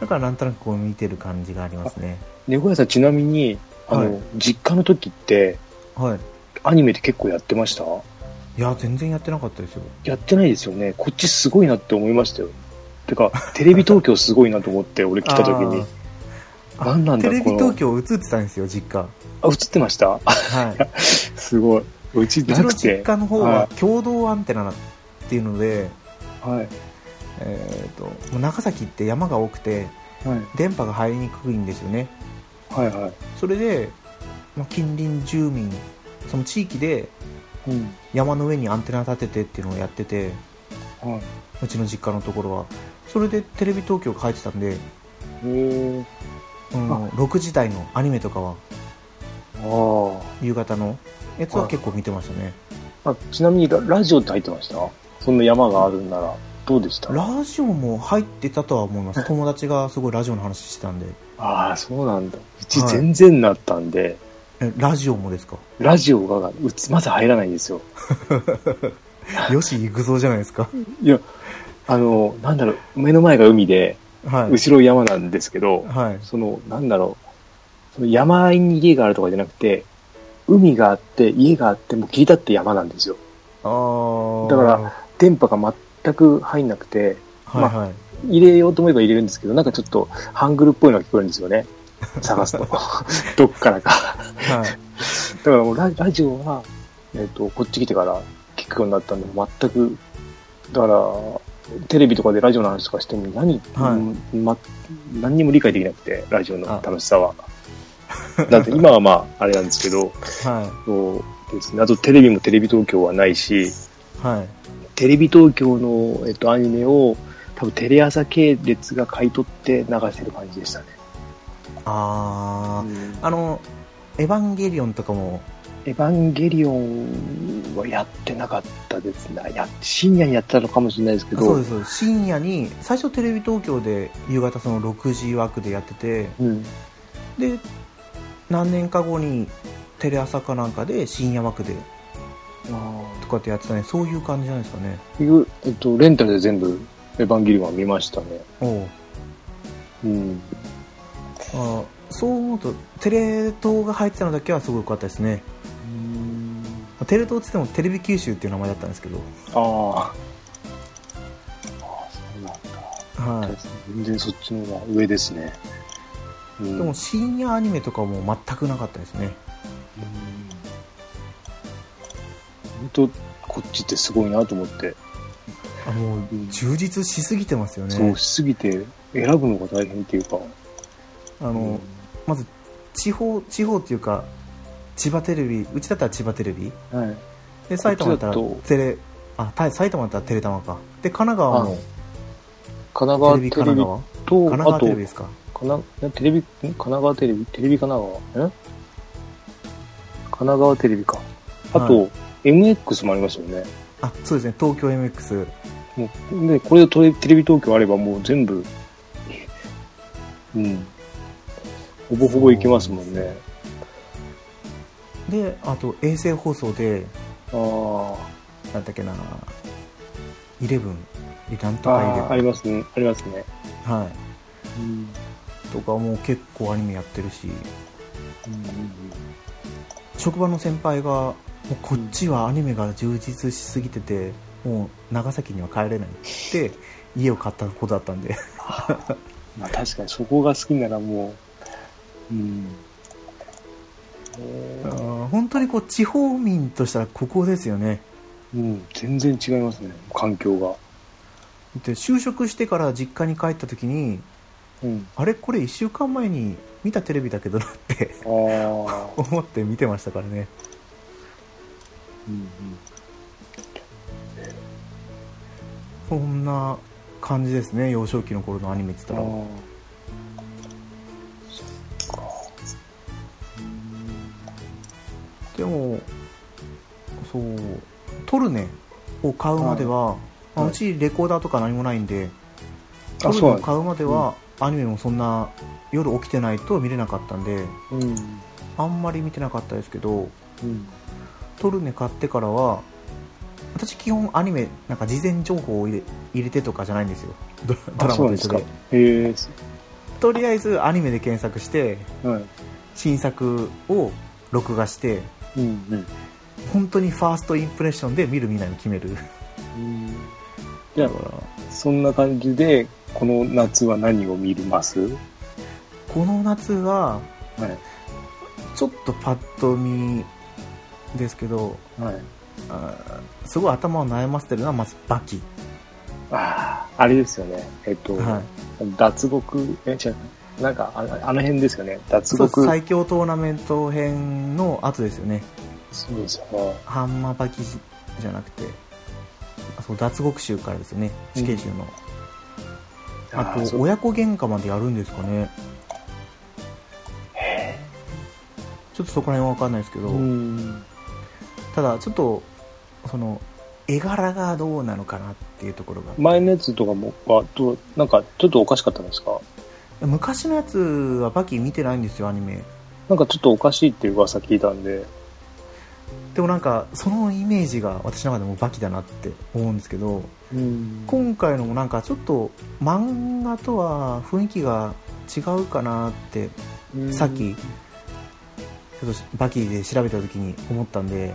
Speaker 1: だからなんとなくこう見てる感じがありますね
Speaker 2: 猫屋さん、ちなみに、あの、
Speaker 1: はい
Speaker 2: 実家の時って、
Speaker 1: はい
Speaker 2: アニメって結構やってました
Speaker 1: いや全然やってなかったですよ
Speaker 2: やってないですよね。こっちすごいなって思いましたよ。てか、テレビ東京すごいなと思って、俺来た時に。
Speaker 1: あー
Speaker 2: 何なんだ
Speaker 1: テレビ
Speaker 2: この
Speaker 1: 東京映ってたんですよ実家
Speaker 2: あ、映ってましたあ
Speaker 1: はい
Speaker 2: すごい。うち
Speaker 1: う
Speaker 2: な
Speaker 1: ちの
Speaker 2: くて。
Speaker 1: 実家の方は共同アンテナっていうので、
Speaker 2: はい。
Speaker 1: えー、ともう長崎って山が多くて
Speaker 2: はい。
Speaker 1: 電波が入りにくいんですよね
Speaker 2: はいはい。
Speaker 1: それで、まあ、近隣住民その地域で
Speaker 2: うん。
Speaker 1: 山の上にアンテナ立ててっていうのをやってて
Speaker 2: はい。
Speaker 1: うちの実家のところはそれでテレビ東京が入ってたんで、
Speaker 2: へえ。
Speaker 1: うん、6時台のアニメとかは
Speaker 2: あ
Speaker 1: 夕方のやつは
Speaker 2: はい
Speaker 1: 結構見てましたね
Speaker 2: あ。あ、ちなみにララジオって入ってましたそんな山があるんなら、どうでした
Speaker 1: ラジオも入ってたとは思います友達がすごいラジオの話してたんで
Speaker 2: ああ、そうなんだ。うち
Speaker 1: はい
Speaker 2: 全然なったんで、
Speaker 1: えラジオもですか
Speaker 2: ラジオが、うちまず入らないんですよ。
Speaker 1: 吉幾三じゃないですか
Speaker 2: いや、あの、なんだろう、目の前が海で、
Speaker 1: はい
Speaker 2: 後ろ山なんですけど、
Speaker 1: はい
Speaker 2: その、なんだろう、その山あいに家があるとかじゃなくて、海があって、家があって、もう切り立って山なんですよ。
Speaker 1: あー
Speaker 2: だから電波が全く入んなくて、
Speaker 1: はいはい、
Speaker 2: 入れようと思えば入れるんですけど、なんかちょっとハングルっぽいのが聞こえるんですよね。探すと。どっからか。
Speaker 1: はい
Speaker 2: だからもうララジオは、えっ、と、こっち来てから聞くようになったんで、全く、だから、テレビとかでラジオの話とかしても何、
Speaker 1: はい
Speaker 2: うんま、何にも理解できなくて、ラジオの楽しさは。だって今はまあ、あれなんですけど、
Speaker 1: は
Speaker 2: そうですね。あとテレビもテレビ東京はないし、
Speaker 1: い。はい。
Speaker 2: テレビ東京の、えっと、アニメを、多分テレ朝系列が買い取って流してる感じでしたね。
Speaker 1: あ
Speaker 2: うん
Speaker 1: ー。あの、エヴァンゲリオンとかも、
Speaker 2: エヴァンゲリオンはやってなかったですね。や深夜にやってたのかもしれないですけど、
Speaker 1: そうです、そうです深夜に、最初テレビ東京で夕方その6時枠でやってて、
Speaker 2: うん、
Speaker 1: で、何年か後にテレ朝かなんかで深夜枠でとかってやってたね、そういう感じじゃないですかね。
Speaker 2: いう、えっと、レンタルで全部エヴァンゲリオンは見ましたね。
Speaker 1: おう
Speaker 2: うん、
Speaker 1: あーそう思うと、テレ東が入ってたのだけはすごい良かったですね。テレ東っつってもテレビ九州っていう名前だったんですけど、
Speaker 2: ああ。ああ、そうなんだ。
Speaker 1: はい。
Speaker 2: 全然そっちの方が上ですね。うん
Speaker 1: でも深夜アニメとかも全くなかったですね。
Speaker 2: 本当こっちってすごいなと思って、
Speaker 1: あもう充実しすぎてますよね、
Speaker 2: そうしすぎて選ぶのが大変っていうか
Speaker 1: あ
Speaker 2: あ
Speaker 1: の、まず地方地方っていうか千葉テレビうちだったら千葉テレビ
Speaker 2: はい、
Speaker 1: で埼玉だったら
Speaker 2: こっちだと
Speaker 1: テレあた埼玉だったらテレタマかで神奈川も
Speaker 2: 神
Speaker 1: テ
Speaker 2: 奈川
Speaker 1: レ
Speaker 2: テレ
Speaker 1: ビ
Speaker 2: ビ
Speaker 1: 神奈川神
Speaker 2: と
Speaker 1: 奈川
Speaker 2: あ
Speaker 1: テ
Speaker 2: と
Speaker 1: レビですか
Speaker 2: かななテレビん神奈川テレビテレビ神奈川ん神奈川テレビかあと、
Speaker 1: は
Speaker 2: MX もありますよね
Speaker 1: あそうですね東京 MX
Speaker 2: もうでこれでトレテレビ東京あればもう全部うんほぼほぼいけますもんね
Speaker 1: であと衛星放送で
Speaker 2: ああ
Speaker 1: なんだっけな11なんと
Speaker 2: あ
Speaker 1: か
Speaker 2: ーありますねありますね、
Speaker 1: 11はい
Speaker 2: うん
Speaker 1: とかもう結構アニメやってるし職場の先輩がもうこっちはアニメが充実しすぎててもうもう長崎には帰れないって家を買った子だったんで
Speaker 2: まあ確かにそこが好きならもう、うん。え
Speaker 1: あ
Speaker 2: ー
Speaker 1: ー本当にこう地方民としたらここですよね
Speaker 2: うん、全然違いますね、環境が。
Speaker 1: で就職してから実家に帰った時に
Speaker 2: うん。
Speaker 1: あれこれ1週間前に見たテレビだけどなって
Speaker 2: ああ。
Speaker 1: 思って見てましたからね
Speaker 2: うんうん。
Speaker 1: そんな感じですね幼少期の頃のアニメって
Speaker 2: あ
Speaker 1: 言ったら
Speaker 2: そっか。
Speaker 1: でもそうトルネを買うまでは、まあ
Speaker 2: はいう
Speaker 1: ちレコーダーとか何もないんでト
Speaker 2: あ、
Speaker 1: ルネを
Speaker 2: そうなんです
Speaker 1: 買うまでは、アニメもそんな夜起きてないと見れなかったんで
Speaker 2: うん。
Speaker 1: あんまり見てなかったですけど
Speaker 2: うん。
Speaker 1: トルネ買ってからは私基本アニメなんか事前情報を入れ入れてとかじゃないんですよドラド
Speaker 2: あ、
Speaker 1: ラマ
Speaker 2: そうな
Speaker 1: と
Speaker 2: んです
Speaker 1: 一緒
Speaker 2: か
Speaker 1: で。
Speaker 2: へえ、そ
Speaker 1: とりあえずアニメで検索して
Speaker 2: はい。
Speaker 1: 新作を録画して
Speaker 2: うんうん。
Speaker 1: 本当にファーストインプレッションで見る見ないを決める
Speaker 2: うんじゃ
Speaker 1: だから
Speaker 2: あ、そんな感じで、この夏は何を見ますは
Speaker 1: この夏は、ちょっとパッと見ですけど、
Speaker 2: い。はい。
Speaker 1: あーすごい頭を悩ませてるのはまずバキ。
Speaker 2: ああ、あれですよね。えっと、
Speaker 1: はい。
Speaker 2: 脱獄、え、違う、なんかあ、あの辺ですよね。脱
Speaker 1: そう
Speaker 2: 獄。
Speaker 1: 最強トーナメント編の後ですよね。
Speaker 2: そうですよね。
Speaker 1: ハンマーバキじゃなくて、あそう脱獄集からですよね。死刑囚の。あ
Speaker 2: ーそ
Speaker 1: と、
Speaker 2: う
Speaker 1: 親子喧嘩までやるんですかね。ちょっとそこら辺はわかんないですけど、
Speaker 2: うん。
Speaker 1: ただちょっと、その、絵柄がどうなのかなっていうところが。
Speaker 2: 前のやつとかも、は、どう、なんか、ちょっとおかしかったんですか
Speaker 1: 昔のやつはバキ見てないんですよ、アニメ。
Speaker 2: なんかちょっとおかしいっていう噂聞いたんで。
Speaker 1: でもなんかそのイメージが私の中でもバキだなって思うんですけど
Speaker 2: うん
Speaker 1: 今回のもなんかちょっと漫画とは雰囲気が違うかなってさっきちょっとバキで調べた時に思ったんで、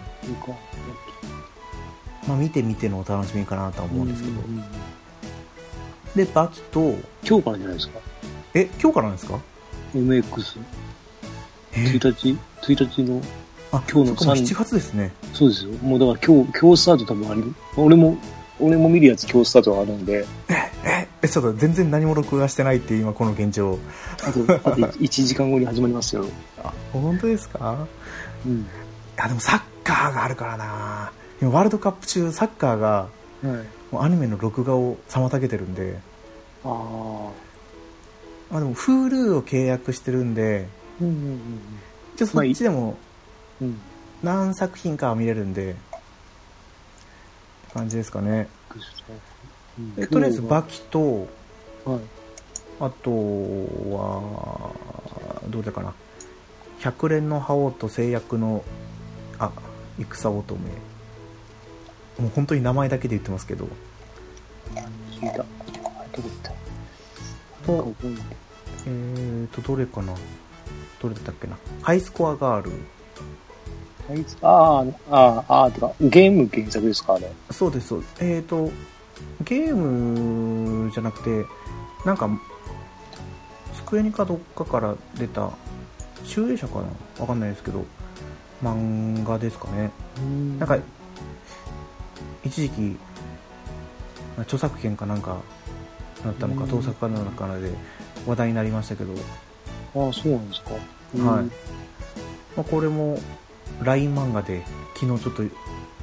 Speaker 1: まあ、見てみてのお楽しみかなとは思うんですけどでバキと
Speaker 2: 今日からじゃないですか
Speaker 1: え今日からなんですか
Speaker 2: ?MX。
Speaker 1: え
Speaker 2: 1日 ?1 日の、
Speaker 1: あ
Speaker 2: 今日
Speaker 1: そ
Speaker 2: の
Speaker 1: っかもう
Speaker 2: 三
Speaker 1: 7月ですね
Speaker 2: そうですよ。もうだから今日、今日スタート多分あり、俺も、俺も見るやつ今日スタートがあるんで、
Speaker 1: ええちょっと全然何も録画してないっていう今この現状
Speaker 2: あと、あと1 時間後に始まりますよ。
Speaker 1: あ本当ですか
Speaker 2: うん。
Speaker 1: いやでもサッカーがあるからな今ワールドカップ中サッカーが
Speaker 2: はい。
Speaker 1: もうアニメの録画を妨げてるんで、
Speaker 2: ああ。
Speaker 1: まあ、でも Hulu を契約してるんで
Speaker 2: うんうん
Speaker 1: ちょっとそっちでも
Speaker 2: うんうん。
Speaker 1: 何作品かは見れるんで感じですかね
Speaker 2: うん。
Speaker 1: でとりあえずバキと
Speaker 2: ッ。はい。
Speaker 1: あとはどうだかな百連の覇王と制約のあ戦乙女もう本当に名前だけで言ってますけど
Speaker 2: 聞いた。あどこ行った
Speaker 1: と
Speaker 2: なんか覚えてない
Speaker 1: えーと、どれかなどれだったっけなハイスコアガール。
Speaker 2: あいつあーあー、あーあー、てか、ゲーム原作ですか、あれ。
Speaker 1: そうです、そうです。えーと、ゲームじゃなくて、なんか、机にかどっかから出た、集英社かなわかんないですけど、漫画ですかね。なんか、一時期、著作権かなんか、なったのか、
Speaker 2: うん
Speaker 1: 盗作かなんかで話題になりましたけど、
Speaker 2: ああ、そうなんですか。
Speaker 1: はいまあ、これも LINE 漫画で昨日ちょっとちょろっ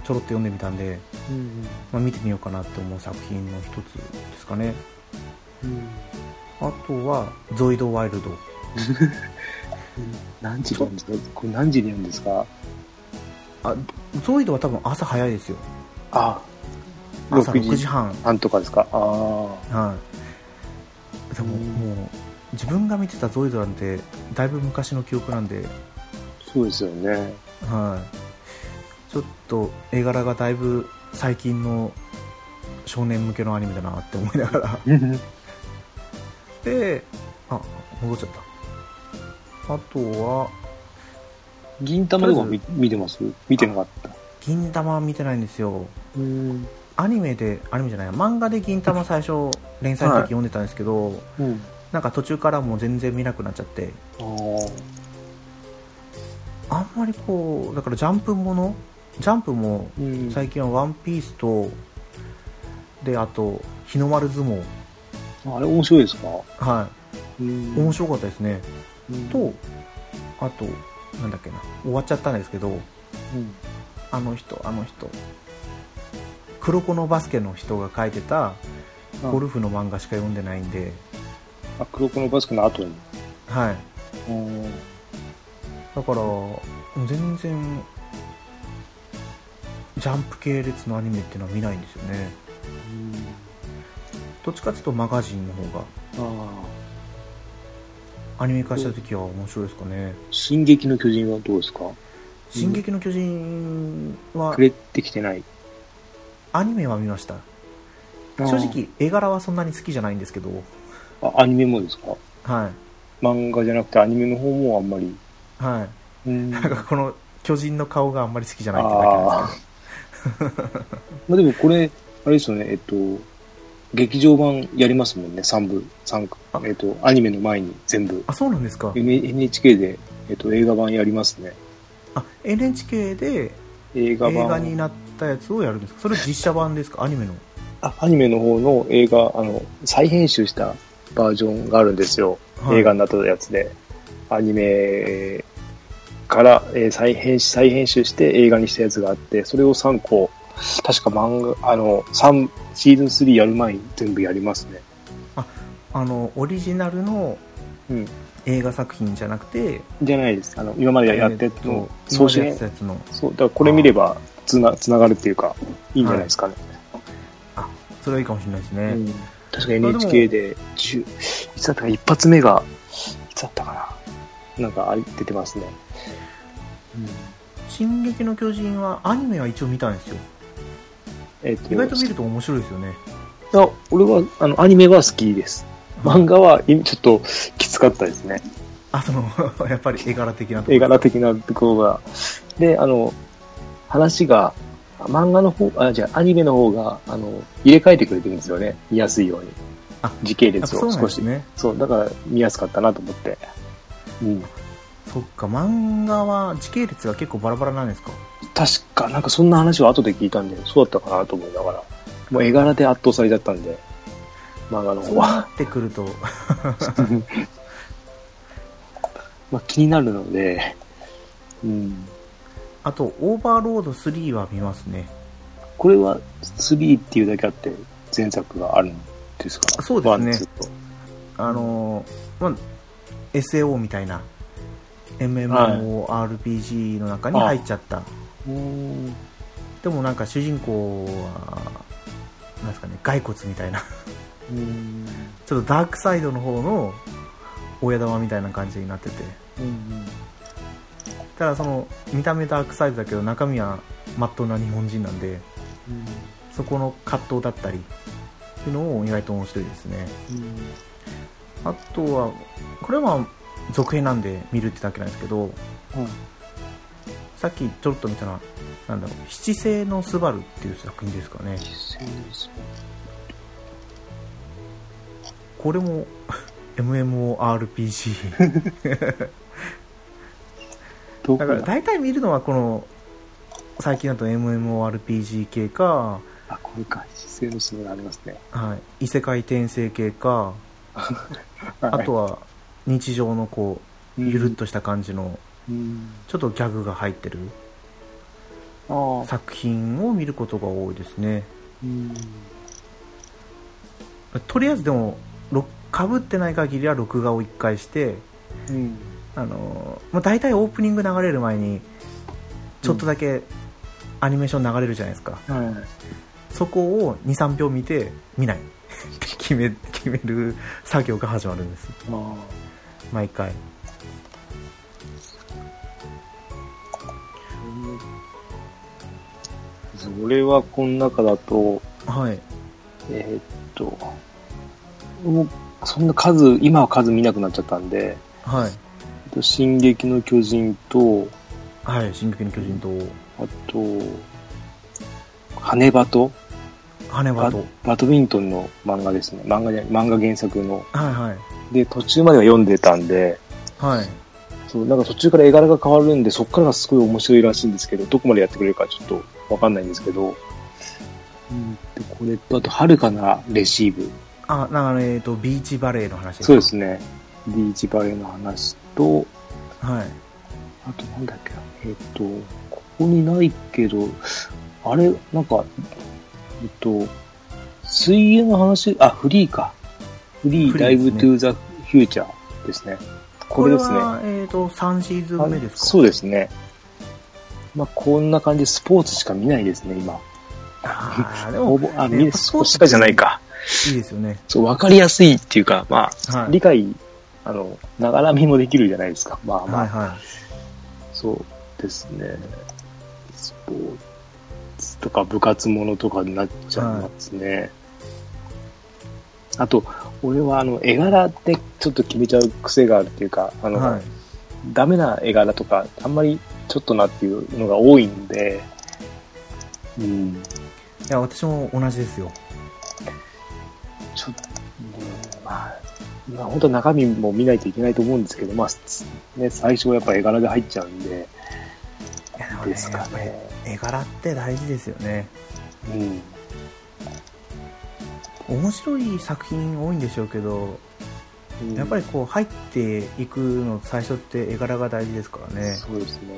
Speaker 1: と読んでみたんで、
Speaker 2: い。うん。
Speaker 1: まあ、見てみようかなって思う作品の一つですかね
Speaker 2: うん。
Speaker 1: あとは「ゾイド・ワイルド
Speaker 2: 何時なんですかこれ何時にやるんですか」
Speaker 1: ゾイドは多分朝早いですよ
Speaker 2: ああ、
Speaker 1: 朝6時半
Speaker 2: 半とかですかああ。
Speaker 1: はいでも
Speaker 2: うん
Speaker 1: もう自分が見てたゾイドなんてだいぶ昔の記憶なんで
Speaker 2: そうですよ ね。
Speaker 1: はいちょっと絵柄がだいぶ最近の少年向けのアニメだなって思いながら であ戻っちゃったあとは
Speaker 2: 銀玉とか見見てます見てなかった。
Speaker 1: 銀玉は見てないんですよ
Speaker 2: うん。
Speaker 1: アニメでアニメじゃない漫画で銀魂最初連載の時読んでたんですけど、
Speaker 2: うん。
Speaker 1: なんか途中からもう全然見なくなっちゃって
Speaker 2: おー
Speaker 1: あんまりこうだからジャンプものジャンプも
Speaker 2: うん。
Speaker 1: 最近は「ワンピースとであと「日の丸相撲
Speaker 2: あれ面白いですか」
Speaker 1: は
Speaker 2: うん
Speaker 1: い面白かったですね、
Speaker 2: うん
Speaker 1: とあとなんだっけな終わっちゃったんですけど
Speaker 2: うん
Speaker 1: あの人あの人黒子のバスケの人が書いてた
Speaker 2: あ
Speaker 1: ゴルフの漫画しか読んでないんで、
Speaker 2: あ、黒子のバスケの後に。
Speaker 1: はい
Speaker 2: うん。
Speaker 1: だから全然ジャンプ系列のアニメっていうのは見ないんですよねどっちかっていうとマガジンの方が
Speaker 2: ああ。
Speaker 1: アニメ化した時は面白いですかね
Speaker 2: 進撃の巨人はどうですか
Speaker 1: 「進撃の巨人」は
Speaker 2: 触れてきてない。
Speaker 1: アニメは見ました正直絵柄はそんなに好きじゃないんですけど
Speaker 2: あー。あアニメもですか
Speaker 1: は
Speaker 2: 漫画じゃなくてアニメの方もあんまり。
Speaker 1: いはい
Speaker 2: うん。
Speaker 1: なんかこの巨人の顔があんまり好きじゃないってだけなんですけど
Speaker 2: ああ。 まあでもこれ、あれですよね、えっと、劇場版やりますもんね、3部、三
Speaker 1: あ
Speaker 2: えっと、アニメの前に全部。
Speaker 1: あそうなんですか
Speaker 2: N- NHK で、えっと、映画版やりますね。
Speaker 1: あ NHK で
Speaker 2: 映画
Speaker 1: 映
Speaker 2: 版。
Speaker 1: 画になったやつをやるんですかそれ実写版ですかアニメの
Speaker 2: あアニメの方の映画、あの、再編集したバージョンがあるんですよ。
Speaker 1: はい
Speaker 2: 映画になったやつで。アニメから、えー再編集、再編集して映画にしたやつがあって、それを3個、確か漫画、あの、三シーズン3やる前に全部やりますね。
Speaker 1: あのオリジナルの
Speaker 2: うん。
Speaker 1: 映画作品じゃなくて
Speaker 2: じゃないです。あの、今までやってたの、
Speaker 1: えーと
Speaker 2: そうし
Speaker 1: 今までや
Speaker 2: ね
Speaker 1: ってた。やつの
Speaker 2: そう、だからこれ見れば、つな、つながるっていうか、いいんじゃないですかね。
Speaker 1: それはいいかもしれないですね、
Speaker 2: うん確か NHK で、10いつだったか一発目が、いつだったかな。なんか、あれ出てますね。
Speaker 1: 進撃の巨人はアニメは一応見たんですよ
Speaker 2: えっ、と、
Speaker 1: 意外と見ると面白いですよね
Speaker 2: あ俺は、あの、アニメは好きです。漫画は、いちょっと、きつかったですね。
Speaker 1: あその やっぱり絵柄的なとこ
Speaker 2: 絵柄的なところが。で、あの、話が、漫画の方、あ、じゃあアニメの方が、あの、入れ替えてくれてるんですよね。見やすいように
Speaker 1: あ。
Speaker 2: 時系
Speaker 1: やっぱ
Speaker 2: 列
Speaker 1: そう
Speaker 2: を
Speaker 1: なん
Speaker 2: 少
Speaker 1: で
Speaker 2: し。
Speaker 1: すね
Speaker 2: そう、だから見やすかったなと思って。うん。
Speaker 1: そっか漫画は時系列が結構バラバラなんですか
Speaker 2: 確か、なんかそんな話を後で聞いたんで、そうだったかなと思いながら。もう絵柄で圧倒されちゃったんで、漫画の
Speaker 1: そ
Speaker 2: 方
Speaker 1: うな
Speaker 2: は。
Speaker 1: ってくると
Speaker 2: まあ気になるので、うん。
Speaker 1: あとオーバーロード3は見ますね
Speaker 2: これは3っていうだけあって、前作があるんですか
Speaker 1: そうですね
Speaker 2: ワンツーと
Speaker 1: あのーまあ SAO みたいな MMORPG の中に入っちゃった、
Speaker 2: うん。
Speaker 1: でもなんか主人公はなんですかね骸骨みたいな
Speaker 2: うん。
Speaker 1: ちょっとダークサイドの方の親玉みたいな感じになってて
Speaker 2: うん。
Speaker 1: ただその見た目ダークサイドだけど中身はまっとうな日本人なんでそこの葛藤だったりっていうのを意外と面白いですねあとはこれは続編なんで見るってだけなんですけどさっきちょろっと見たのはなんだろう七星のスバルっていう作品ですかねこれも MMORPG
Speaker 2: どこ
Speaker 1: だから
Speaker 2: だ
Speaker 1: 大体見るのはこの最近だと MMORPG 系か、
Speaker 2: あ、これか。姿勢の素がありますね。
Speaker 1: はい、異世界転生系かあと
Speaker 2: は
Speaker 1: は日常のこうゆるっとした感じの
Speaker 2: うん。
Speaker 1: ちょっとギャグが入ってる
Speaker 2: ああ。
Speaker 1: 作品を見ることが多いですね
Speaker 2: うん。
Speaker 1: とりあえずでもかぶってない限りは録画を1回して
Speaker 2: うん。
Speaker 1: あのー、まあ、大体オープニング流れる前にちょっとだけアニメーション流れるじゃないですか、
Speaker 2: はい。
Speaker 1: そこを23秒見て見ない って決め決める作業が始まるんです
Speaker 2: あ
Speaker 1: 毎回
Speaker 2: あ。俺はこの中だと、
Speaker 1: はい
Speaker 2: えーっと、もう、そんな数、今は数見なくなっちゃったんで、
Speaker 1: はい
Speaker 2: えっと進撃の巨人と、
Speaker 1: はい「進撃の巨人と」
Speaker 2: あと、羽バト
Speaker 1: 羽
Speaker 2: バ
Speaker 1: はと。
Speaker 2: バドミントンの漫画ですね。漫画じゃない漫画原作の。
Speaker 1: はいはい。
Speaker 2: で、途中までは読んでたんで、
Speaker 1: はい。
Speaker 2: そう、なんか途中から絵柄が変わるんで、そこからがすごい面白いらしいんですけど、どこまでやってくれるかちょっとわかんないんですけど、うん、で、これと、あと、はるかなレシーブ。
Speaker 1: あ、なんか、えっと、ビーチバレーの話ですか
Speaker 2: そうで。すね。ビーチバレーの話と、
Speaker 1: はい。
Speaker 2: あとなんだっけな、えっ、と、ここにないけど、あれ、なんか、えっと、水泳の話、あ、フリーか。フリ
Speaker 1: フリー
Speaker 2: ー、ダ
Speaker 1: で
Speaker 2: イ
Speaker 1: すね
Speaker 2: ブトゥーザフューチャーですね。これですね。
Speaker 1: は、えっと、3シーズン目ですか
Speaker 2: あそうですね。まあ、こんな感じでスポーツしか見ないですね、今。
Speaker 1: あーで
Speaker 2: ほ
Speaker 1: も、
Speaker 2: ぼ、あ、
Speaker 1: ね
Speaker 2: 見
Speaker 1: やっぱ
Speaker 2: スポーツしかじゃないか。
Speaker 1: いいですよね。
Speaker 2: そう、わかりやすいっていうか、まあ、
Speaker 1: はい
Speaker 2: 理解、あの、ながら見もできるじゃないですか。まあま
Speaker 1: は
Speaker 2: あ、
Speaker 1: いは
Speaker 2: そうですね。スポーツとか部活ものとかになっちゃいますね。あと、俺はあの、絵柄ってちょっと決めちゃう癖があるっていうか、あ
Speaker 1: い。
Speaker 2: の、
Speaker 1: はい。
Speaker 2: ダメな絵柄とか、あんまりちょっとなっていうのが多いんで、うん、
Speaker 1: いや、私も同じですよ。
Speaker 2: ちょっと、うんまあ、まあ、本当は中身も見ないといけないと思うんですけど、まあ、すね、最初はやっぱ絵柄で入っちゃうんで、
Speaker 1: いや、でもね
Speaker 2: ですかね。
Speaker 1: 絵柄って大事ですよね。
Speaker 2: うん。
Speaker 1: 面白い作品多いんでしょうけど、
Speaker 2: うん
Speaker 1: やっぱりこう入っていくの最初って絵柄が大事ですからね。
Speaker 2: そうですね。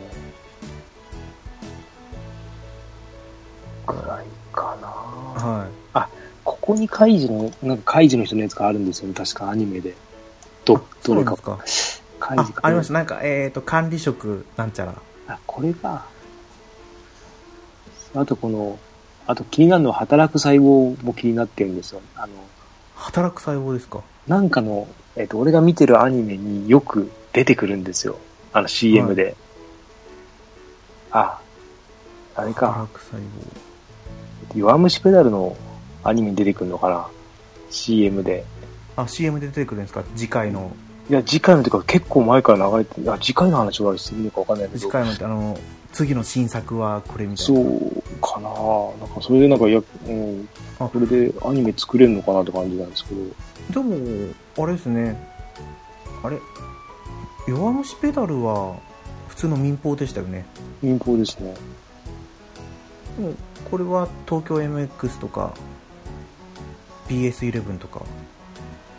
Speaker 2: ぐらいかな。
Speaker 1: は
Speaker 2: ここにカイジの、なんかカイジの人のやつがあるんですよね、確かアニメで。
Speaker 1: い。
Speaker 2: ど、どれか。
Speaker 1: そうなんです
Speaker 2: カイ
Speaker 1: か
Speaker 2: ジか。
Speaker 1: あ、ありました。なんか、えっ、と、管理職なんちゃら。
Speaker 2: あ、これか。あとこの、あと気になるのは働く細胞も気になってるんですよ。あの、
Speaker 1: 働く細胞ですか。
Speaker 2: なんかの、えっ、と、俺が見てるアニメによく出てくるんですよ。あの CM で。あ、あれか。
Speaker 1: 働く細胞。
Speaker 2: 弱虫ペダルのアニメに出てくるのかな ?CM で。
Speaker 1: あ、CM で出てくるんですか次回の。
Speaker 2: いや、次回のとか結構前から流れてる、あ、次回の話を俺してるのかわかんないけ
Speaker 1: 次
Speaker 2: ど。
Speaker 1: 回のって、あの、次の新作はこれみたい
Speaker 2: そ
Speaker 1: な。
Speaker 2: うかななんかそれでなんか、いや、うん、
Speaker 1: あ
Speaker 2: これでアニメ作れるのかなって感じなんですけ
Speaker 1: で
Speaker 2: ど。
Speaker 1: も、あれですね。あれ弱虫ペダルは普通の民放でしたよね。
Speaker 2: 民放ですね。
Speaker 1: でもこれは東京 MX とか BS11 とか。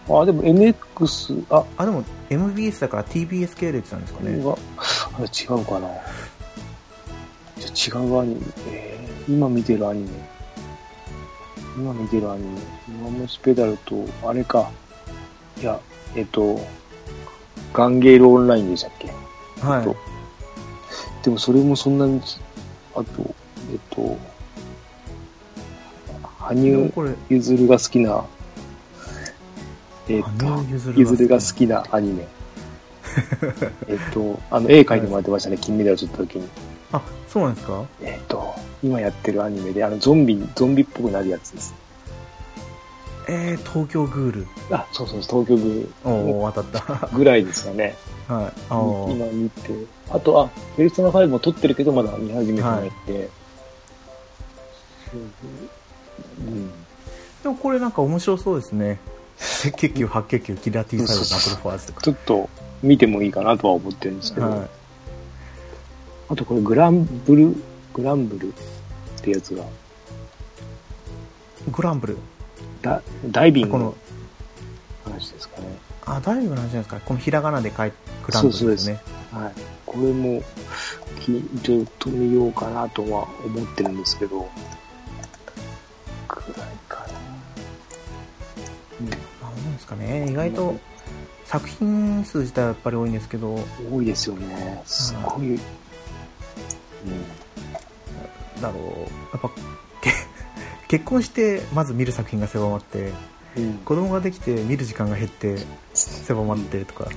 Speaker 2: あ、でも MX、あ、
Speaker 1: あ、でも MBS だから TBS 系列なんですか
Speaker 2: これ
Speaker 1: ね。
Speaker 2: は、あれ違うかなじゃあ違うアニメ、えー今見てるアニメ。今見てるアニメ。今虫ペダルと、あれか。いや、えっと、ガンゲールオンラインでしたっけ
Speaker 1: はい。
Speaker 2: とでもそれもそんなに、あと、えっと、
Speaker 1: でも
Speaker 2: 羽生
Speaker 1: これ、
Speaker 2: 結弦が好きな、えっ
Speaker 1: 羽
Speaker 2: と
Speaker 1: 生、結弦
Speaker 2: ゆずるが好きなアニ メ。えっと、あの、絵描いてもらってましたね、金メダル取った時に。
Speaker 1: あ、そうなんですか
Speaker 2: えっと、今やってるアニメで、あの、ゾンビ、ゾンビっぽくなるやつです。
Speaker 1: えー、東京グール。
Speaker 2: あ、そうそう、東京ぐ
Speaker 1: おー、当た っ
Speaker 2: ぐらいですかね。
Speaker 1: た。はい。あー
Speaker 2: 今見て。あと、あ、ペルソナ5も撮ってるけど、まだ見始めてないって。うん。
Speaker 1: でもこれなんか面白そうです ね。赤血球、白血球、キラー T 細胞、マクロファージとか。
Speaker 2: ちょっと見てもいいかなとは思ってるんですけど。
Speaker 1: はい。
Speaker 2: あとこれグランブル、グランブルってやつが、
Speaker 1: グランブル。
Speaker 2: だダイビング
Speaker 1: この
Speaker 2: の、話ですかね。
Speaker 1: あ、ダイビングの話なんですかこのひらがなで書いて、グランブルですね。
Speaker 2: はい。これも、きちょっと見ようかなとは思ってるんですけど、くらいか
Speaker 1: まあ、多いんですかね。意外と、作品数自体はやっぱり多いんですけど、
Speaker 2: な。うん。多いですよね。すごい。うん。
Speaker 1: だろう。やっぱ、け 結婚して、まず見る作品が狭まって、
Speaker 2: うん
Speaker 1: 子供ができて見る時間が減って、狭まってとか。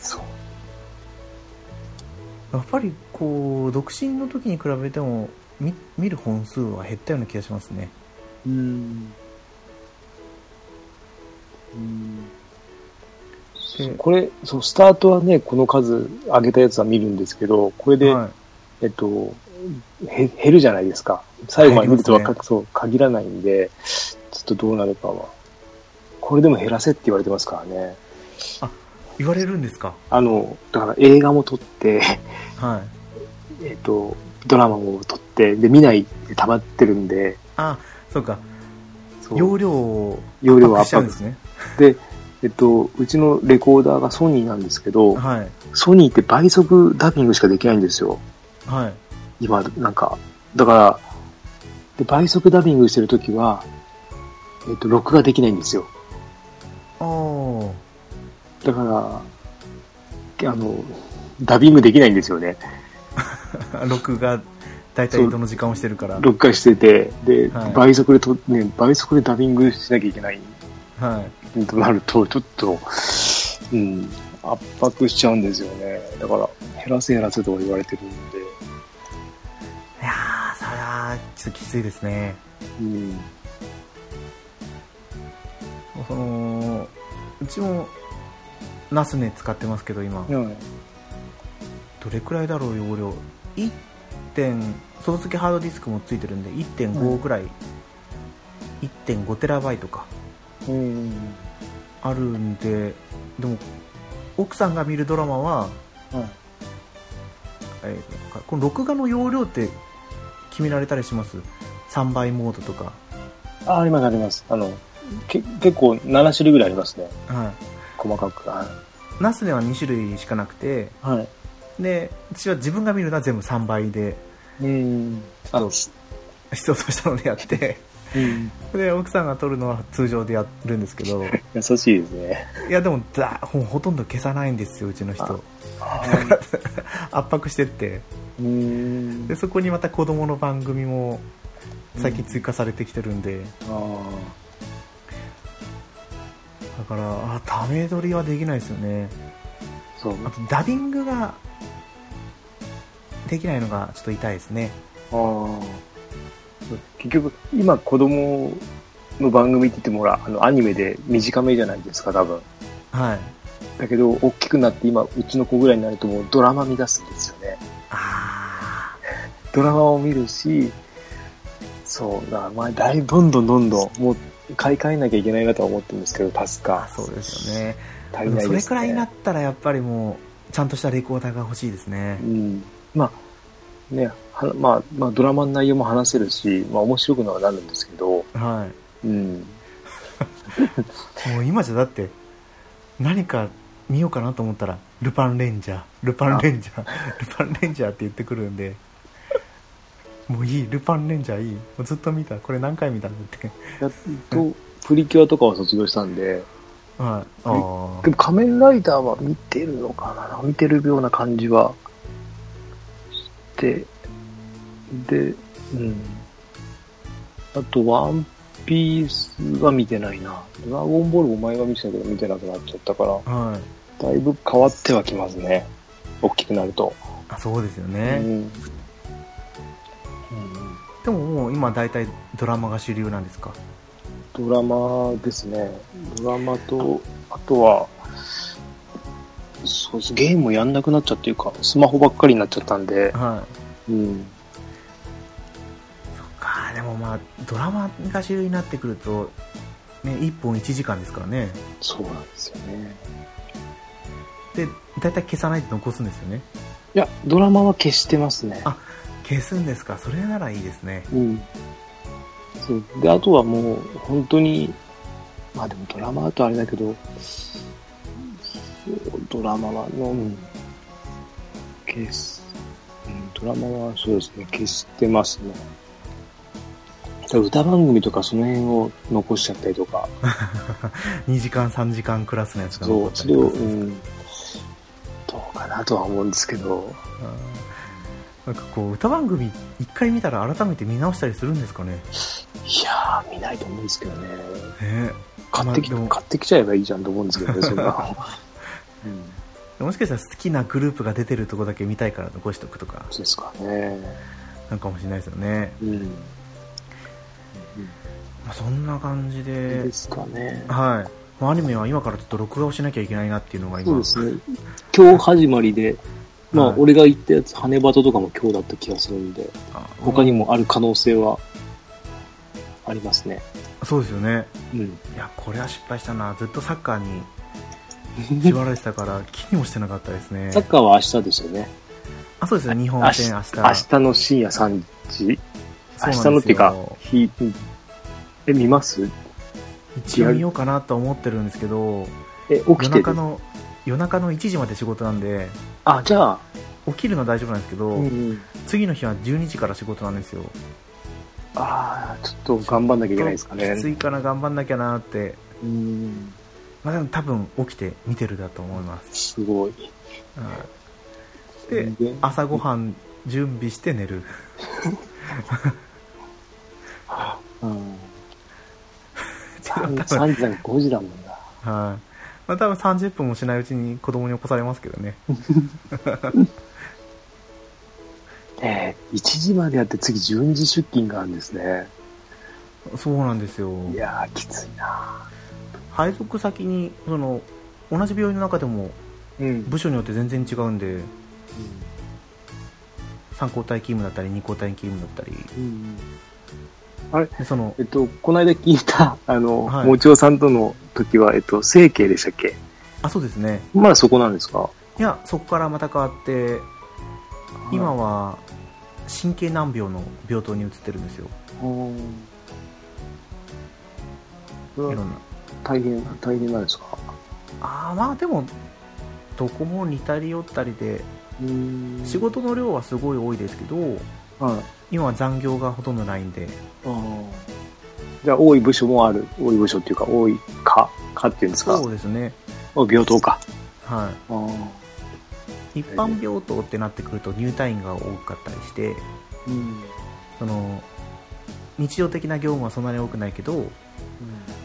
Speaker 2: そう。
Speaker 1: やっぱりこう独身の時に比べても見見る本数は減ったような気がしますね
Speaker 2: うん。うん
Speaker 1: で
Speaker 2: これ、そう、スタートはね、この数上げたやつは見るんですけど、これで、
Speaker 1: はい
Speaker 2: えっと、へ減るじゃないですか。最後まで見るとは
Speaker 1: 減ります
Speaker 2: そう限らないんで、ちょっとどうなるかは。これでも減らせって言われてますからね。
Speaker 1: 言われるんですか
Speaker 2: あの、だから映画も撮って、
Speaker 1: はい。
Speaker 2: えっと、ドラマも撮って、で、見ないで溜まってるんで、
Speaker 1: あ、そうか。
Speaker 2: そう
Speaker 1: 容量を
Speaker 2: 容量を
Speaker 1: 圧迫しち
Speaker 2: 圧
Speaker 1: ゃうん
Speaker 2: 迫
Speaker 1: ですね。
Speaker 2: で、えっと、うちのレコーダーがソニーなんですけど、
Speaker 1: はい。
Speaker 2: ソニーって倍速ダビングしかできないんですよ。
Speaker 1: はい。
Speaker 2: 今、なんか。だから、で倍速ダビングしてるときは、えっと、録画できないんですよ。
Speaker 1: あー
Speaker 2: だから、あの、ダビングできないんですよね。
Speaker 1: 録画、だいたいどの時間をしてるから。
Speaker 2: 録画してて、で、
Speaker 1: はい
Speaker 2: 倍速でと、ね、倍速でダビングしなきゃいけない
Speaker 1: はい。
Speaker 2: となると、ちょっと、うん、圧迫しちゃうんですよね。だから、減らせ減らせとか言われてるんで、
Speaker 1: いやー、それは、ちょっときついですね。
Speaker 2: うん、
Speaker 1: その、うちも、ナスネ使ってますけど、今。
Speaker 2: はい
Speaker 1: どれくらいだろう、容量。1点、外付けハードディスクもついてるんで、1.5くらい、1.5テラバイトか、
Speaker 2: うん、
Speaker 1: あるんで、でも、奥さんが見るドラマは、
Speaker 2: はい。
Speaker 1: えーこの録画の容量って決められたりします ?3 倍モードとか。
Speaker 2: あ、あります、あります。あの、け結構7種類ぐらいありますね。
Speaker 1: は。
Speaker 2: 細かく。はい
Speaker 1: ナスネは2種類しかなくて、
Speaker 2: い。はい、
Speaker 1: で、私は自分が見るのは全部3倍で、
Speaker 2: うん。あ
Speaker 1: ちょっ必要としたのでやって、
Speaker 2: うん、
Speaker 1: で、奥さんが撮るのは通常でやるんですけど、
Speaker 2: 優しいですね。
Speaker 1: いやでもだほほとんど消さないんですようちの人圧迫してって
Speaker 2: うん
Speaker 1: でそこにまた子供の番組も最近追加されてきてるんで、
Speaker 2: あー
Speaker 1: だからあダメ撮りはできないですよね
Speaker 2: そう。
Speaker 1: あとダビングができないのがちょっと痛いですね
Speaker 2: ああ。結局、今子供の番組って言ってもほら、あの、アニメで短めじゃないですか、多分。
Speaker 1: はい
Speaker 2: だけど、大きくなって今、うちの子ぐらいになるともうドラマ見出すんですよね。
Speaker 1: あ
Speaker 2: ドラマを見るし、そう、だからまあ、だいぶどんどんどんどん、もう、買い替えなきゃいけないなとは思ってるんですけど、確
Speaker 1: あ
Speaker 2: か。
Speaker 1: そうですよね
Speaker 2: 足
Speaker 1: で
Speaker 2: り
Speaker 1: も
Speaker 2: ないです、ね。
Speaker 1: それくらいになったらやっぱりもうちゃんとしたレコーダーが欲しいですね
Speaker 2: うん。まあ、ね、はまあ、まあ、ドラマの内容も話せるし、まあ、面白くのはなるんですけど、
Speaker 1: はい
Speaker 2: うん。
Speaker 1: もう今じゃだって何か見ようかなと思ったら「ルパンレンジャー」「ルパンレンジャー」「ルパンレンジャー」って言ってくるんでもういい「ルパンレンジャー」いいもうずっと見たこれ何回見たんだって
Speaker 2: やっと、プリキュアとかは卒業したんで、
Speaker 1: はいああ
Speaker 2: でも仮面ライダーは見てるのかな見てるような感じはして、で、うん。あと、ワンピースは見てないな。ドラゴンボールも前は見てたけど見てなくなっちゃったから、
Speaker 1: はい
Speaker 2: だいぶ変わってはきますね。大きくなると。
Speaker 1: あそうですよ
Speaker 2: う
Speaker 1: ね、
Speaker 2: ん。
Speaker 1: でももう今大体ドラマが主流なんですか
Speaker 2: ドラマですね。ドラマと、あとは、そうです。ゲームもやんなくなっちゃっていうか、スマホばっかりになっちゃったんで、
Speaker 1: はい
Speaker 2: うん。
Speaker 1: そっかでもまあドラマが主流になってくるとね1本1時間ですからね
Speaker 2: そうなんですよね。
Speaker 1: で大体消さないと残すんですよね
Speaker 2: いや、ドラマは消してますね
Speaker 1: あ。消すんですかそれならいいですね
Speaker 2: うん。そう。で、あとはもう、本当に、まあでもドラマだとあれだけど、そうドラマは、うん、消す。うん、ドラマはそうですね、消してますね。だから歌番組とかその辺を残しちゃったりとか、
Speaker 1: 2時間3時間クラスのやつが
Speaker 2: そ
Speaker 1: 残
Speaker 2: う
Speaker 1: っ、た
Speaker 2: そ
Speaker 1: り
Speaker 2: れを、
Speaker 1: と
Speaker 2: う
Speaker 1: か
Speaker 2: ん、どうかなとは思うんですけど、
Speaker 1: あーなんかこう歌番組一回見たら改めて見直したりするんですかねね
Speaker 2: いやー、見ないと思うんですけどね。
Speaker 1: え
Speaker 2: 買ってきて、
Speaker 1: まあでも
Speaker 2: 買ってきちゃえばいいじゃんと思うんですけどね、そ んな。うん、
Speaker 1: もしかしたら好きなグループが出てるとこだけ見たいから残しておくとか
Speaker 2: そうですかね。
Speaker 1: なんかもしれないですよね、
Speaker 2: うん。うん
Speaker 1: まあ、そんな感じで
Speaker 2: ですかね。
Speaker 1: はいもうアニメは今からちょっと録画をしなきゃいけないなっていうのが今
Speaker 2: そうですね。今日始まりで、まあ、
Speaker 1: はい
Speaker 2: 俺が言ったやつ、羽バトとかも今日だった気がするんで、
Speaker 1: あ
Speaker 2: 他にもある可能性はありますね。
Speaker 1: そうですよね
Speaker 2: うん。
Speaker 1: いやこれは失敗したなずっとサッカーに縛られてたから気にもしてなかったですね
Speaker 2: サッカーは明日でしたね。
Speaker 1: あそうですよ日本
Speaker 2: 明日
Speaker 1: 戦明日
Speaker 2: 明日の深夜3時。
Speaker 1: そうなんですよ
Speaker 2: 明日のっていうか、日、うんえ、見ます
Speaker 1: 一応見ようかなと思ってるんですけど
Speaker 2: え、起
Speaker 1: 夜
Speaker 2: きてる
Speaker 1: 中の夜中の1時まで仕事なんで
Speaker 2: あ、じゃあ、
Speaker 1: 起きるのは大丈夫なんですけど、
Speaker 2: うん、
Speaker 1: 次の日は12時から仕事なんですよ
Speaker 2: ああ、ちょっと頑張んなきゃいけないですか
Speaker 1: きつ
Speaker 2: ね。
Speaker 1: いから頑張んなきゃなって、
Speaker 2: うん、
Speaker 1: まあ、でも多分起きて見てるだと思います、
Speaker 2: すごい。
Speaker 1: はいで
Speaker 2: 全然
Speaker 1: 朝ごはん準備して寝る
Speaker 2: うん、
Speaker 1: 多分
Speaker 2: 3時3時だから5時だもんな。
Speaker 1: はいまあ、多分30分もしないうちに子供に起こされますけどね
Speaker 2: えー、1時までやって次12時出勤があるんですね。
Speaker 1: そうなんですよ
Speaker 2: いやー、きついな。
Speaker 1: 配属先にその同じ病院の中でも
Speaker 2: うん。
Speaker 1: 部署によって全然違うんで3交代勤務だったり2交代勤務だったり
Speaker 2: うん、
Speaker 1: でその
Speaker 2: えっと、この間聞いた、あの、
Speaker 1: はい
Speaker 2: もちおさんとの時は、えっと、整形でしたっけ
Speaker 1: あそうですね
Speaker 2: まだそこなんですか
Speaker 1: いやそこからまた変わって今は神経難病の病棟に移ってるんですよ
Speaker 2: うんそ
Speaker 1: い
Speaker 2: れ
Speaker 1: ろん
Speaker 2: は
Speaker 1: な
Speaker 2: 大変、大変なんですか
Speaker 1: ああまあでもどこも似たり寄ったりで
Speaker 2: うん
Speaker 1: 仕事の量はすごい多いですけど
Speaker 2: はい。
Speaker 1: 今は残業がほとんどないんで
Speaker 2: じゃあ、多い部署もある。多い部署っていうか、多いか、かっていうんですか
Speaker 1: そう。ですね
Speaker 2: お病棟か。
Speaker 1: は
Speaker 2: ああ。
Speaker 1: い一般病棟ってなってくると入退院が多かったりして
Speaker 2: うん。
Speaker 1: その日常的な業務はそんなに多くないけど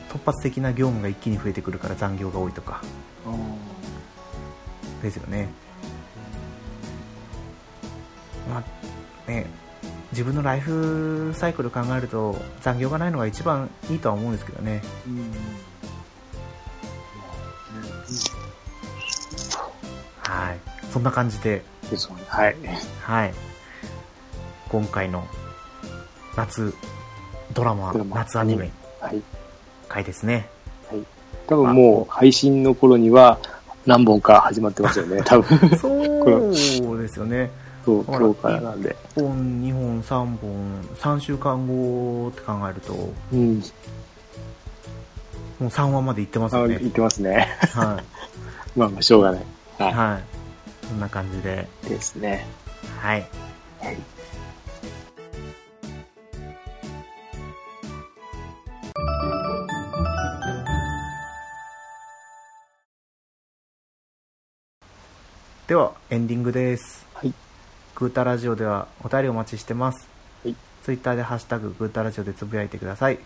Speaker 1: 突発的な業務が一気に増えてくるから残業が多いとか
Speaker 2: あ
Speaker 1: ですよね,、まあ、ね自分のライフサイクル考えると残業がないのが一番いいとは思うんですけどね
Speaker 2: うん。うん。
Speaker 1: はいそんな感じで
Speaker 2: ですもんね。はい。
Speaker 1: はい今回の夏ドラマ
Speaker 2: ドラマ
Speaker 1: 夏アニメ
Speaker 2: はい。
Speaker 1: 回ですね
Speaker 2: 多分もう、配信の頃には、何本か始まってますよね。多分。
Speaker 1: そうですよね
Speaker 2: そう、
Speaker 1: ほら
Speaker 2: 今日からなんで。
Speaker 1: 1本2本3本3週間後って考えるとも
Speaker 2: うん。
Speaker 1: う3話までいってます
Speaker 2: あ
Speaker 1: よ
Speaker 2: 言
Speaker 1: ね
Speaker 2: ってますね。
Speaker 1: は
Speaker 2: まあまあ、しょうがない。
Speaker 1: い、はい、そんな感じで
Speaker 2: ですね。
Speaker 1: はい
Speaker 2: はい。
Speaker 1: ではエンディングです。
Speaker 2: はい。
Speaker 1: グータラジオではお便りお待ちしてます。
Speaker 2: はい。
Speaker 1: ツイッターでハッシュタググータラジオでつぶやいてください。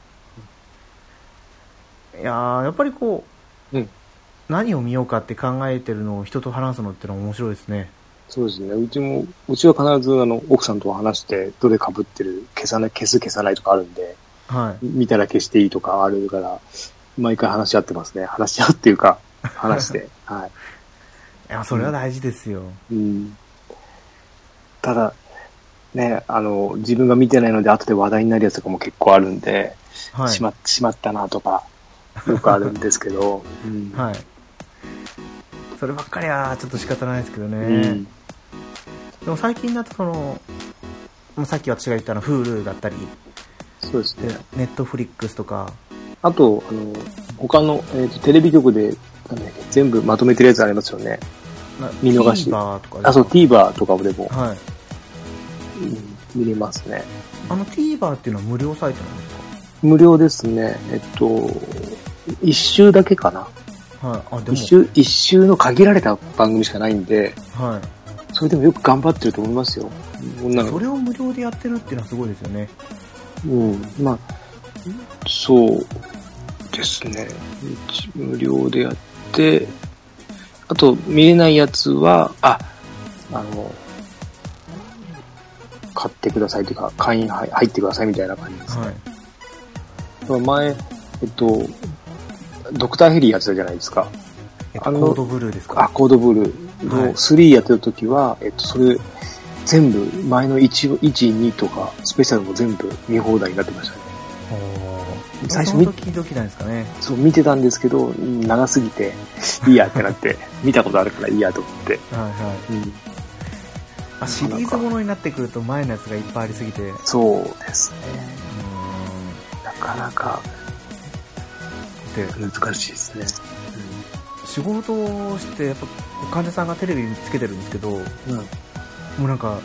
Speaker 1: いやーやっぱりこう、
Speaker 2: うん
Speaker 1: 何を見ようかって考えてるのを人と話すのってのは面白いですね。
Speaker 2: そうですね。うちも、うちは必ず、あの、奥さんと話して、どれ被ってる、消さない、消す、消さないとかあるんで、
Speaker 1: はい。
Speaker 2: 見たら消していいとかあるから、毎回話し合ってますね。話し合うっていう か、話して。はい
Speaker 1: やそれは大事ですよ。
Speaker 2: い。うん。ただ、ね、あの、自分が見てないので、後で話題になるやつとかも結構あるんで、
Speaker 1: はい。
Speaker 2: しまっ、しまったなとか、よくあるんです けど、うん。
Speaker 1: はい。そればっかりはちょっと仕方ないですけどね。
Speaker 2: うん。
Speaker 1: でも最近だとその、もうさっき私が言ったの Hulu だったり、
Speaker 2: そうですね。
Speaker 1: ネットフリックスとか、
Speaker 2: あと、あの、他の、えっ、と、テレビ局で、なんだっけ、全部まとめてるやつありますよね。
Speaker 1: な
Speaker 2: 見逃し
Speaker 1: TVer とか
Speaker 2: あ、そう、TVer とかでも、
Speaker 1: はい。
Speaker 2: うん見れますね。
Speaker 1: あの TVer っていうのは無料サイトなんです
Speaker 2: 無料ですね。えっと、一周だけかな。
Speaker 1: かはい。あ、で
Speaker 2: 一
Speaker 1: も、
Speaker 2: 周、一周の限られた番組しかないんで、
Speaker 1: は。
Speaker 2: それでもよく頑張ってると思いますよ。こんないの
Speaker 1: それを無料でやってるっていうのはすごいですよね。
Speaker 2: うん。まあ、そうですね。一無料でやって、あと、見れないやつは、あ、あの、買ってくださいというか、会員入入ってくださいみたいな感じですね。
Speaker 1: はい。
Speaker 2: 前、えっと、ドクターヘリやってたじゃないですか。
Speaker 1: えっ
Speaker 2: あ
Speaker 1: と、
Speaker 2: の
Speaker 1: コードブルーです
Speaker 2: ア
Speaker 1: か
Speaker 2: コードブルー。
Speaker 1: はい
Speaker 2: の3やってた時は、えっと、それ、全部、前の1、1、2とか、スペシャルも全部見放題になってましたね。
Speaker 1: おー
Speaker 2: 最初
Speaker 1: そ
Speaker 2: 見
Speaker 1: の時々なんですかね。
Speaker 2: そう、見てたんですけど、うん長すぎて、いいやってなって、 見たことあるからいいやと思って。
Speaker 1: はいはい。
Speaker 2: うん、
Speaker 1: あ、シリーズものになってくると前のやつがいっぱいありすぎて、う
Speaker 2: そうですね。
Speaker 1: ー
Speaker 2: なかなか
Speaker 1: ん。で、
Speaker 2: 難しいですね。
Speaker 1: 仕事をして、やっぱ患者さんがテレビにつけてるんですけど、も
Speaker 2: うん。うん、
Speaker 1: うなんか、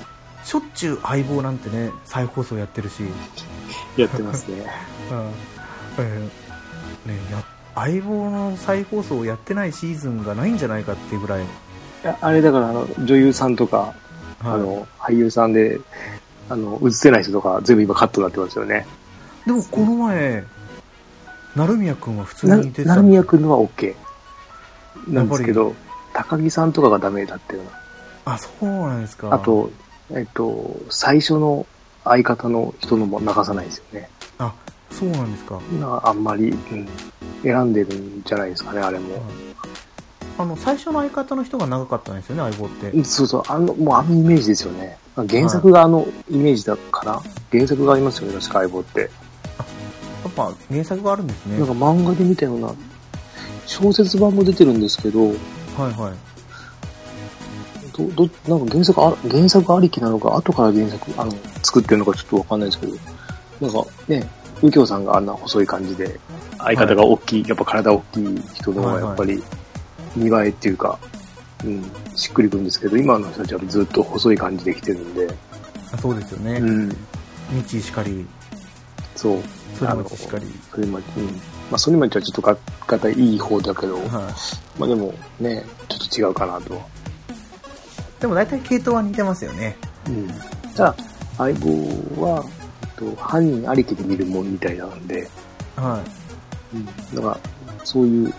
Speaker 1: しょっちゅう相棒なんてね、再放送やってるし、うん。
Speaker 2: やってますね。
Speaker 1: えーねや、相棒の再放送をやってないシーズンがないんじゃないかっていうぐらい、
Speaker 2: いやあれだから、あの、女優さんとか、あ
Speaker 1: はい、
Speaker 2: の、俳優さんで、あの、映ってない人とか、全部今カットになってますよね。
Speaker 1: でもこの前、成宮君は普通
Speaker 2: な
Speaker 1: に出てた
Speaker 2: 成宮君のは OK なんですけど、高木さんとかがダメだったよな。
Speaker 1: あ、そうなんですか。
Speaker 2: あ、と、えっと、最初の相方の人のも泣かさないですよね。
Speaker 1: あ、そうなんですか。
Speaker 2: なあんまり、うん、選んでるんじゃないですかね、あれも。
Speaker 1: あの、最初の相方の人が長かったんですよね、相棒って。
Speaker 2: そうそう、あの、もうあのイメージですよね。原作があのイメージだから、原作がありますよね、確か相棒って。
Speaker 1: やっぱ原作があるんですね。
Speaker 2: なん
Speaker 1: は
Speaker 2: か漫画で見たような、小説版も出てるんですけど、
Speaker 1: いはい。
Speaker 2: ど、ど、なんか原作あ、原作ありきなのか、後から原作、あの、作ってるのかちょっとわかんないですけど、なんかね、右京さんがあんな細い感じで、相方が大きい、やっぱ体大きい人の方がやっぱり、見栄えっていうか、うん、しっくりくるんですけど、今の人たちはずっと細い感じで来てるんで、
Speaker 1: あそうですよね。
Speaker 2: うん、
Speaker 1: 日しかり、
Speaker 2: そう、
Speaker 1: それまちしかり。
Speaker 2: 反町、うん。まあ、反町はちょっとが、がたいい方だけど、
Speaker 1: はい。
Speaker 2: まあでもね、ちょっと違うかなとは。
Speaker 1: でも大体系統は似てますよね。
Speaker 2: うん。ただ、相棒は、えっと、犯人ありきで見るもんみたいなんで、
Speaker 1: は
Speaker 2: うん、だから、そういう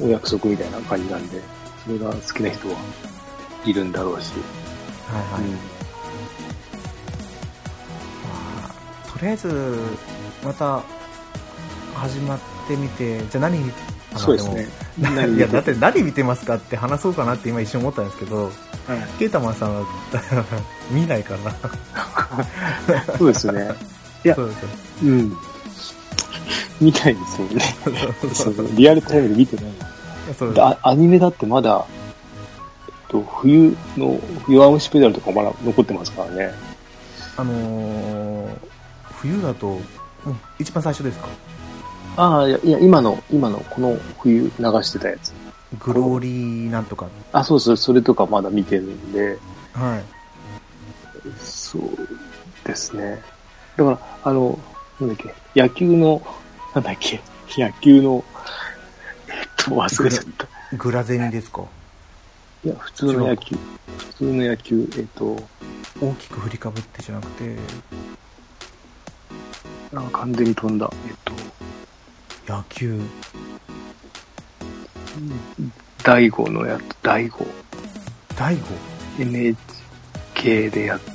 Speaker 2: お約束みたいな感じなんで、それが好きな人はいるんだろうし、
Speaker 1: い。はいはい。
Speaker 2: うん
Speaker 1: まあとりあえず、また、始まってみて、じゃあ何見あ
Speaker 2: そうですね。、
Speaker 1: でもいや、だってて何見てますかって話そうかなって今一瞬思ったんですけど、
Speaker 2: はい
Speaker 1: ケータマンさんは 見ないかな。
Speaker 2: そうですよね。いや
Speaker 1: そうですよ
Speaker 2: うん。みたいですよね。
Speaker 1: そ
Speaker 2: そう
Speaker 1: そう
Speaker 2: リアルタイムで見てない。
Speaker 1: そうです
Speaker 2: だアニメだってまだ、えっと、冬の、弱虫ペダルとかまだ残ってますからね。
Speaker 1: あのー、冬だと、うん一番最初ですか
Speaker 2: ああ、いやいや、今の、今の、この冬流してたやつ。
Speaker 1: グローリーなんとか。
Speaker 2: あ、そうそう、それとかまだ見てるんで、
Speaker 1: はい。
Speaker 2: そうですね。だから、あの、なんだっけ、野球の、なんだっけ、野球の、えっと、忘れちゃった。
Speaker 1: グラゼニですか
Speaker 2: いや、普通の野球。普通の野球、えっと、
Speaker 1: 大きく振りかぶってじゃなくて、
Speaker 2: あ完全に飛んだ。えっと、
Speaker 1: 野球。
Speaker 2: 第5のやつ、第5。
Speaker 1: 第5。
Speaker 2: NHK でやってる。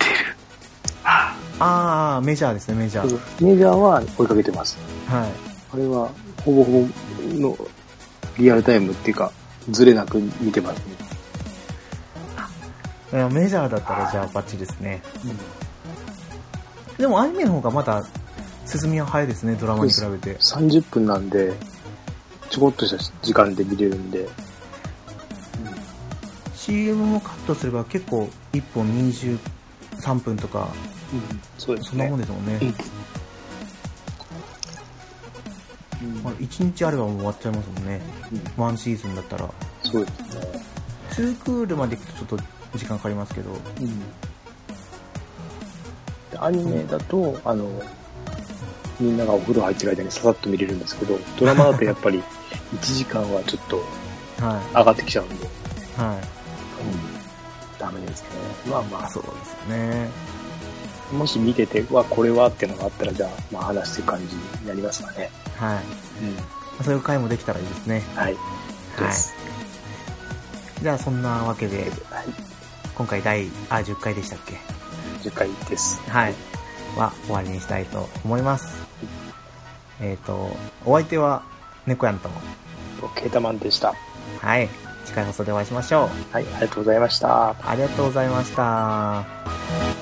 Speaker 1: あー、メジャーですね、メジャー。
Speaker 2: メジャーは追いかけてます。
Speaker 1: はい。
Speaker 2: あれは、ほぼほぼのリアルタイムっていうか、ずれなく見てますね。
Speaker 1: いやメジャーだったらじゃあバッチリですね。でもアニメの方がまだ進みは早いですね、ドラマに比べて。
Speaker 2: 30分なんで、ちょこっとした時間で見れるんで、
Speaker 1: CM もカットすれば結構1本23分とか、
Speaker 2: そうです
Speaker 1: そんな
Speaker 2: ね
Speaker 1: もん。ですもんね。
Speaker 2: うん
Speaker 1: まあ、1日あればもう終わっちゃいますもんね。ワンシーズンだったら。
Speaker 2: そうですね。
Speaker 1: 2クールまで行くとちょっと時間かかりますけど。
Speaker 2: でアニメだと、あの、みんながお風呂入ってる間にささっと見れるんですけど、ドラマだとやっぱり1時間はちょっと
Speaker 1: は
Speaker 2: 上がってきちゃうんで、
Speaker 1: い。はい。
Speaker 2: ダメですね。まあま
Speaker 1: あ、
Speaker 2: あ、
Speaker 1: そうですよね。
Speaker 2: もし見てて、うわ、これはっていうのがあったら、じゃあ、まあ話していく感じになりますかね。
Speaker 1: はい。そういう回もできたらいいですね。
Speaker 2: はい。
Speaker 1: はい
Speaker 2: です。
Speaker 1: じゃあそんなわけで、
Speaker 2: はい。
Speaker 1: 今回第、あ、10回でしたっけ
Speaker 2: 10回です。
Speaker 1: はい。は終わりにしたいと思います。えっ、と、お相手は、猫やんと。
Speaker 2: ケータマンでした。
Speaker 1: はい。次回放送でお会いしましょう。
Speaker 2: はい、ありがとうございました。
Speaker 1: ありがとうございました。